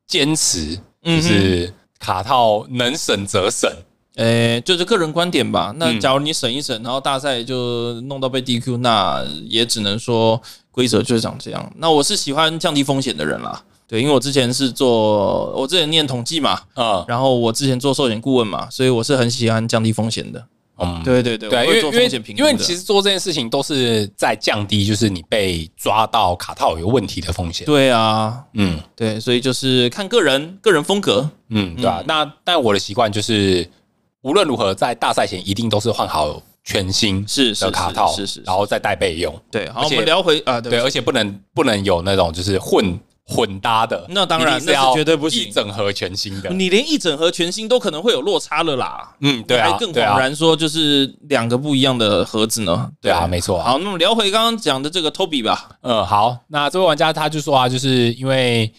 Speaker 2: 坚持，就
Speaker 1: 嗯哼
Speaker 2: 是卡套能省则省。
Speaker 1: 呃，就是个人观点吧。那
Speaker 2: 嗯
Speaker 1: 假如你省一省，然后大赛就弄到被 DQ，那也只能说规则就是长这样。那我是喜欢降低风险的人啦，对，因为我之前是做，我之前念统计嘛，
Speaker 2: 嗯
Speaker 1: 然后我之前做寿险顾问嘛，所以我是很喜欢降低风险的。
Speaker 2: 嗯，
Speaker 1: 对对对，
Speaker 2: 对，
Speaker 1: 我
Speaker 2: 因
Speaker 1: 会
Speaker 2: 为
Speaker 1: 做
Speaker 2: 因
Speaker 1: 风险
Speaker 2: 为
Speaker 1: 评估
Speaker 2: 因
Speaker 1: 的。
Speaker 2: 为其实做这件事情都是在降低，就是你被抓到卡套有问题的风险。
Speaker 1: 对啊，
Speaker 2: 嗯
Speaker 1: 对，所以就是看个人个人风格。
Speaker 2: 嗯，对啊。那但我的习惯就是，无论如何在大赛前一定都是换好全新
Speaker 1: 是是
Speaker 2: 的卡套，
Speaker 1: 是是是是
Speaker 2: 然后再带备用。
Speaker 1: 对，好，
Speaker 2: 而
Speaker 1: 我
Speaker 2: 且
Speaker 1: 们聊回啊，对
Speaker 2: 对，
Speaker 1: 不起
Speaker 2: 而且不能不能有那种就是混混搭的。
Speaker 1: 那当然
Speaker 2: 一定要
Speaker 1: 那是绝对不行
Speaker 2: 一整盒全新的。
Speaker 1: 你连一整盒全新都可能会有落差了啦。
Speaker 2: 嗯，对啊
Speaker 1: 还，更
Speaker 2: 对
Speaker 1: 恍
Speaker 2: 啊，
Speaker 1: 然说就是两个不一样的盒子呢。
Speaker 2: 对啊，没错啊。
Speaker 1: 好，那么聊回刚刚讲的这个 Toby 吧。
Speaker 2: 嗯，好，那这位玩家他就说啊，就是因为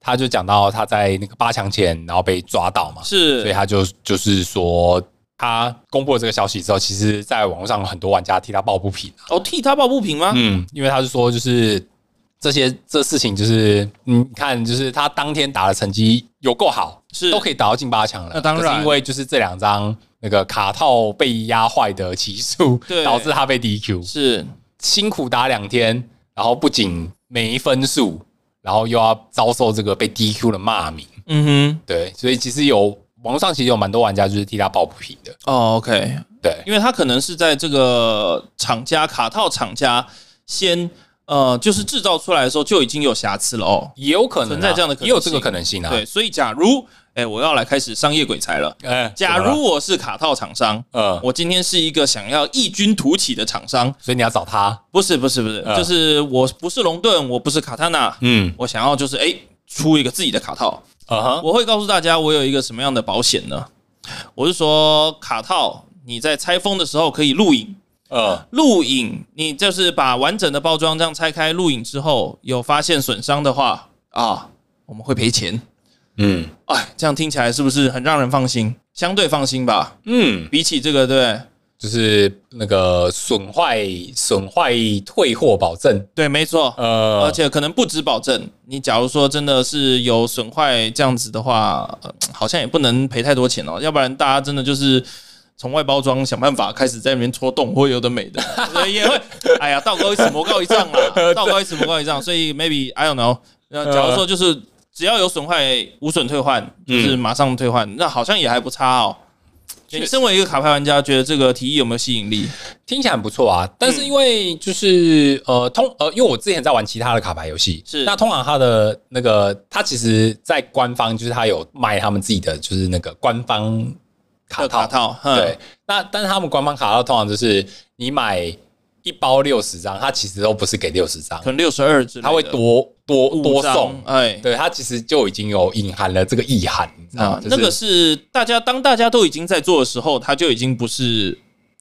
Speaker 2: 他就讲到他在那个八强前，然后被抓到嘛，所以
Speaker 1: 是，
Speaker 2: 他就就是说，他公布了这个消息之后，其实在网络上很多玩家替他抱不平啊、
Speaker 1: 哦，替他抱不平吗？
Speaker 2: 嗯，因为他是说就是这些这事情就是你看就是他当天打的成绩有够好，
Speaker 1: 是
Speaker 2: 都可以打到进八强了，
Speaker 1: 那当然
Speaker 2: 可是因为就是这两张那个卡套被压坏的 [laughs] 奇数
Speaker 1: 对，
Speaker 2: 导致他被 DQ，
Speaker 1: 是，
Speaker 2: 辛苦打两天，然后不仅没分数，然后又要遭受这个被 DQ 的骂名。
Speaker 1: 嗯
Speaker 2: 对，所以其实有网络上其实有蛮多玩家就是替他抱不平的。
Speaker 1: 哼，哦，OK，
Speaker 2: 对，
Speaker 1: 因为他可能是在这个厂家卡套厂家先呃，就是制造出来的时候就已经有瑕疵了哦。
Speaker 2: 也有可能、啊、
Speaker 1: 存在这样的可能性
Speaker 2: 也有这个可能性啊。
Speaker 1: 对，所以假如哎，我要来开始商业鬼才了。
Speaker 2: 呃，
Speaker 1: 假
Speaker 2: 怎么
Speaker 1: 如我是卡套厂商，
Speaker 2: 了呃，
Speaker 1: 我今天是一个想要异军突起的厂商，
Speaker 2: 所以你要找他，
Speaker 1: 不是不是不是，
Speaker 2: 嗯
Speaker 1: 就是我不是龙盾，我不是卡塔纳，
Speaker 2: 嗯，
Speaker 1: 我想要就是哎、出一个自己的卡套。
Speaker 2: 嗯哼，
Speaker 1: 我会告诉大家我有一个什么样的保险呢？我是说卡套，你在拆封的时候可以录影，
Speaker 2: 呃，
Speaker 1: 录影你就是把完整的包装这样拆开，录影之后有发现损伤的话啊，我们会赔钱。
Speaker 2: 嗯
Speaker 1: 哎，这样听起来是不是很让人放心？相对放心吧，
Speaker 2: 嗯，
Speaker 1: 比起这个对
Speaker 2: 就是那个损坏损坏退货保证，
Speaker 1: 对，没错，而
Speaker 2: 呃，
Speaker 1: 且可能不止保证，你假如说真的是有损坏这样子的话，呃好像也不能赔太多钱哦，要不然大家真的就是从外包装想办法开始在里面戳洞，或有的没的， [laughs] 所以也会，哎呀，道高一尺，魔高一丈啦，道高一尺，魔高一丈，所以 maybe I don't know，那假如说就是只要有损坏，无损退换，就是马上退换，那好像也还不差哦。
Speaker 2: 嗯确实
Speaker 1: 你身为一个卡牌玩家，觉得这个提议有没有吸引力？
Speaker 2: 听起来很不错啊。但
Speaker 1: 嗯
Speaker 2: 是因为就是、呃通呃，因为我之前在玩其他的卡牌游戏，
Speaker 1: 是
Speaker 2: 那通常它的那个它其实在官方就是它有卖他们自己的就是那个官方
Speaker 1: 这
Speaker 2: 卡
Speaker 1: 个
Speaker 2: 套
Speaker 1: 卡，套，嗯哼
Speaker 2: 对，，那但是他们官方卡套通常就是你买一包六十张，它其实都不是给六十张
Speaker 1: 可，能六十二之类的，
Speaker 2: 它会多多
Speaker 1: 五
Speaker 2: 多
Speaker 1: 张
Speaker 2: 送。
Speaker 1: 哎，
Speaker 2: 对，它其实就已经有隐含了这个意涵，你知道吗
Speaker 1: 啊？，
Speaker 2: 就
Speaker 1: 那
Speaker 2: 是
Speaker 1: 个是大家当大家都已经在做的时候，它就已经不是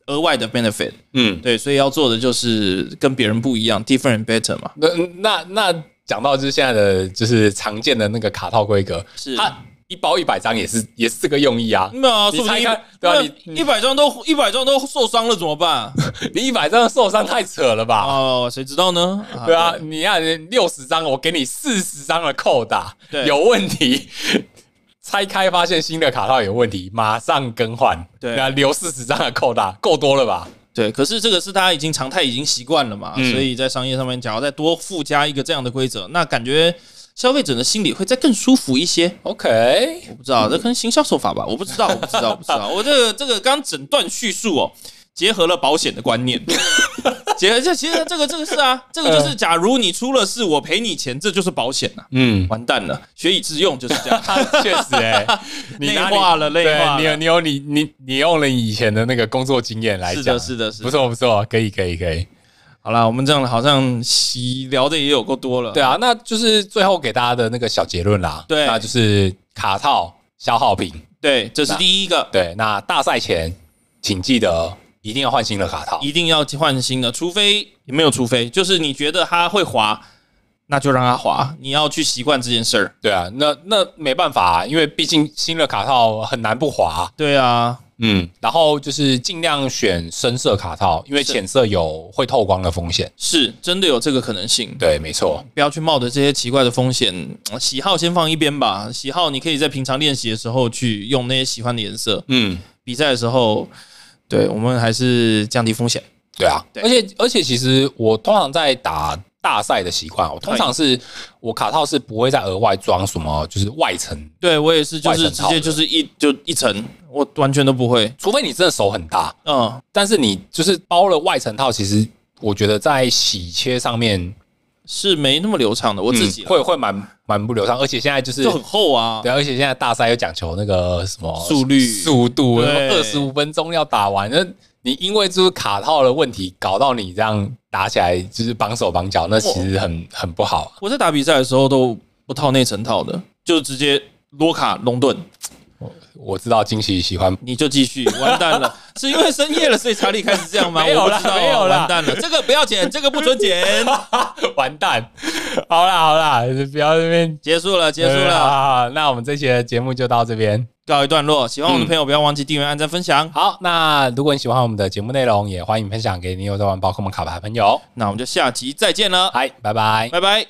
Speaker 1: 额外的 benefit，
Speaker 2: 嗯，
Speaker 1: 对，所以要做的就是跟别人不一样，different and better 嘛，
Speaker 2: 那那那讲到就是现在的就是常见的那个卡套规格，
Speaker 1: 是。
Speaker 2: 它一包一百张也是也是这个用意啊。
Speaker 1: 没有啊，
Speaker 2: 你
Speaker 1: 说不定一
Speaker 2: 猜看对啊
Speaker 1: 那
Speaker 2: 你你
Speaker 1: 一百张都一百张都受伤了怎么办？
Speaker 2: 你一百张受伤太扯了吧？
Speaker 1: 哦，谁知道呢？
Speaker 2: 对啊，你看六十张，我给你四十张的扣打
Speaker 1: 对，
Speaker 2: 有问题。 [laughs] 拆开发现新的卡套有问题，马上更换。
Speaker 1: 对
Speaker 2: 那留四十张的扣打够多了吧？
Speaker 1: 对，可是这个是大家已经常态已经习惯了嘛，
Speaker 2: 嗯
Speaker 1: 所以在商业上面，假如再多附加一个这样的规则，那感觉消费者的心里会再更舒服一些。
Speaker 2: OK，
Speaker 1: 我不知道，这可能行销手法吧，我不知道，我不知道，我不知
Speaker 2: [laughs]
Speaker 1: 道。我这个这个刚整段叙述哦，结合了保险的观念， [laughs] 结合这其实这个这个是啊，这
Speaker 2: 嗯
Speaker 1: 个就是假如你出了事，我赔你钱，这就是保险呐、啊。
Speaker 2: 嗯，
Speaker 1: 完蛋了，学以致用就是这样，
Speaker 2: 确实哎、 [laughs] 你拿
Speaker 1: 内化了内化了
Speaker 2: 对，你有你有你你你用了你以前的那个工作经验来
Speaker 1: 是
Speaker 2: 讲，
Speaker 1: 的，是的，是的。
Speaker 2: 不错不错，可以可以可以，
Speaker 1: 好啦，我们这样好像洗聊的也有够多了。
Speaker 2: 对啊，那就是最后给大家的那个小结论啦，
Speaker 1: 对
Speaker 2: 那就是卡套消耗品，
Speaker 1: 对，这是第一个，
Speaker 2: 对，那大赛前请记得一定要换新的卡套，
Speaker 1: 一定要换新的，除非也没有，除非就是你觉得它会滑，那就让它滑，你要去习惯这件事儿。
Speaker 2: 对啊，那那没办法、因为毕竟新的卡套很难不滑。
Speaker 1: 对啊，
Speaker 2: 嗯，然后就是尽量选深色卡套，因为
Speaker 1: 是
Speaker 2: 浅色有会透光的风险。
Speaker 1: 是真的有这个可能性，
Speaker 2: 对，没错，
Speaker 1: 不要去冒着这些奇怪的风险。呃喜好先放一边吧，喜好你可以在平常练习的时候去用那些喜欢的颜色，
Speaker 2: 嗯，
Speaker 1: 比赛的时候，对我们还是降低风险。
Speaker 2: 对啊，
Speaker 1: 对
Speaker 2: 而且而且其实我通常在打大赛的习惯，我通常是我卡套是不会再额外装什么，就是外层，
Speaker 1: 对我也是，就
Speaker 2: 外
Speaker 1: 是
Speaker 2: 层
Speaker 1: 直
Speaker 2: 套
Speaker 1: 接
Speaker 2: 的
Speaker 1: 就是一就一层，我完全都不会。
Speaker 2: 除非你真的手很大，
Speaker 1: 嗯，
Speaker 2: 但是你就是包了外层套，其实我觉得在洗切上面
Speaker 1: 是没那么流畅的，我自
Speaker 2: 嗯
Speaker 1: 己啦、
Speaker 2: 会会蛮蛮不流畅，而且现在就是
Speaker 1: 就很厚啊。
Speaker 2: 对，而且现在大赛又讲求那个什么
Speaker 1: 速率
Speaker 2: 速度，
Speaker 1: 对
Speaker 2: 二十五分钟要打完。那你因为就是卡套的问题，搞到你这样打起来就是绑手绑脚，那其实很很不好。
Speaker 1: 我在打比赛的时候都不套内层套的，就直接罗卡龙盾，
Speaker 2: 我知道惊喜喜欢， [laughs]
Speaker 1: 你就继续完蛋了。是因为深夜了，所以查理开始这样吗？
Speaker 2: 没有
Speaker 1: 我不
Speaker 2: 啦
Speaker 1: 知道啊，
Speaker 2: 没有啦
Speaker 1: 完蛋了，这个不要剪，这个不准剪。
Speaker 2: 完蛋！好啦好啦，不要这边
Speaker 1: 结束了，结束
Speaker 2: 呃
Speaker 1: 了，
Speaker 2: 好好好那我们这期的节目就到这边。
Speaker 1: 告一段落。喜欢我们的朋友，不要忘记订阅、按赞、分享。
Speaker 2: 好，那如果你喜欢我们的节目内容，也欢迎分享给你有在玩宝可梦卡牌的朋友。
Speaker 1: 那我们就下集再见了，
Speaker 2: 嗨，拜拜。
Speaker 1: 拜拜。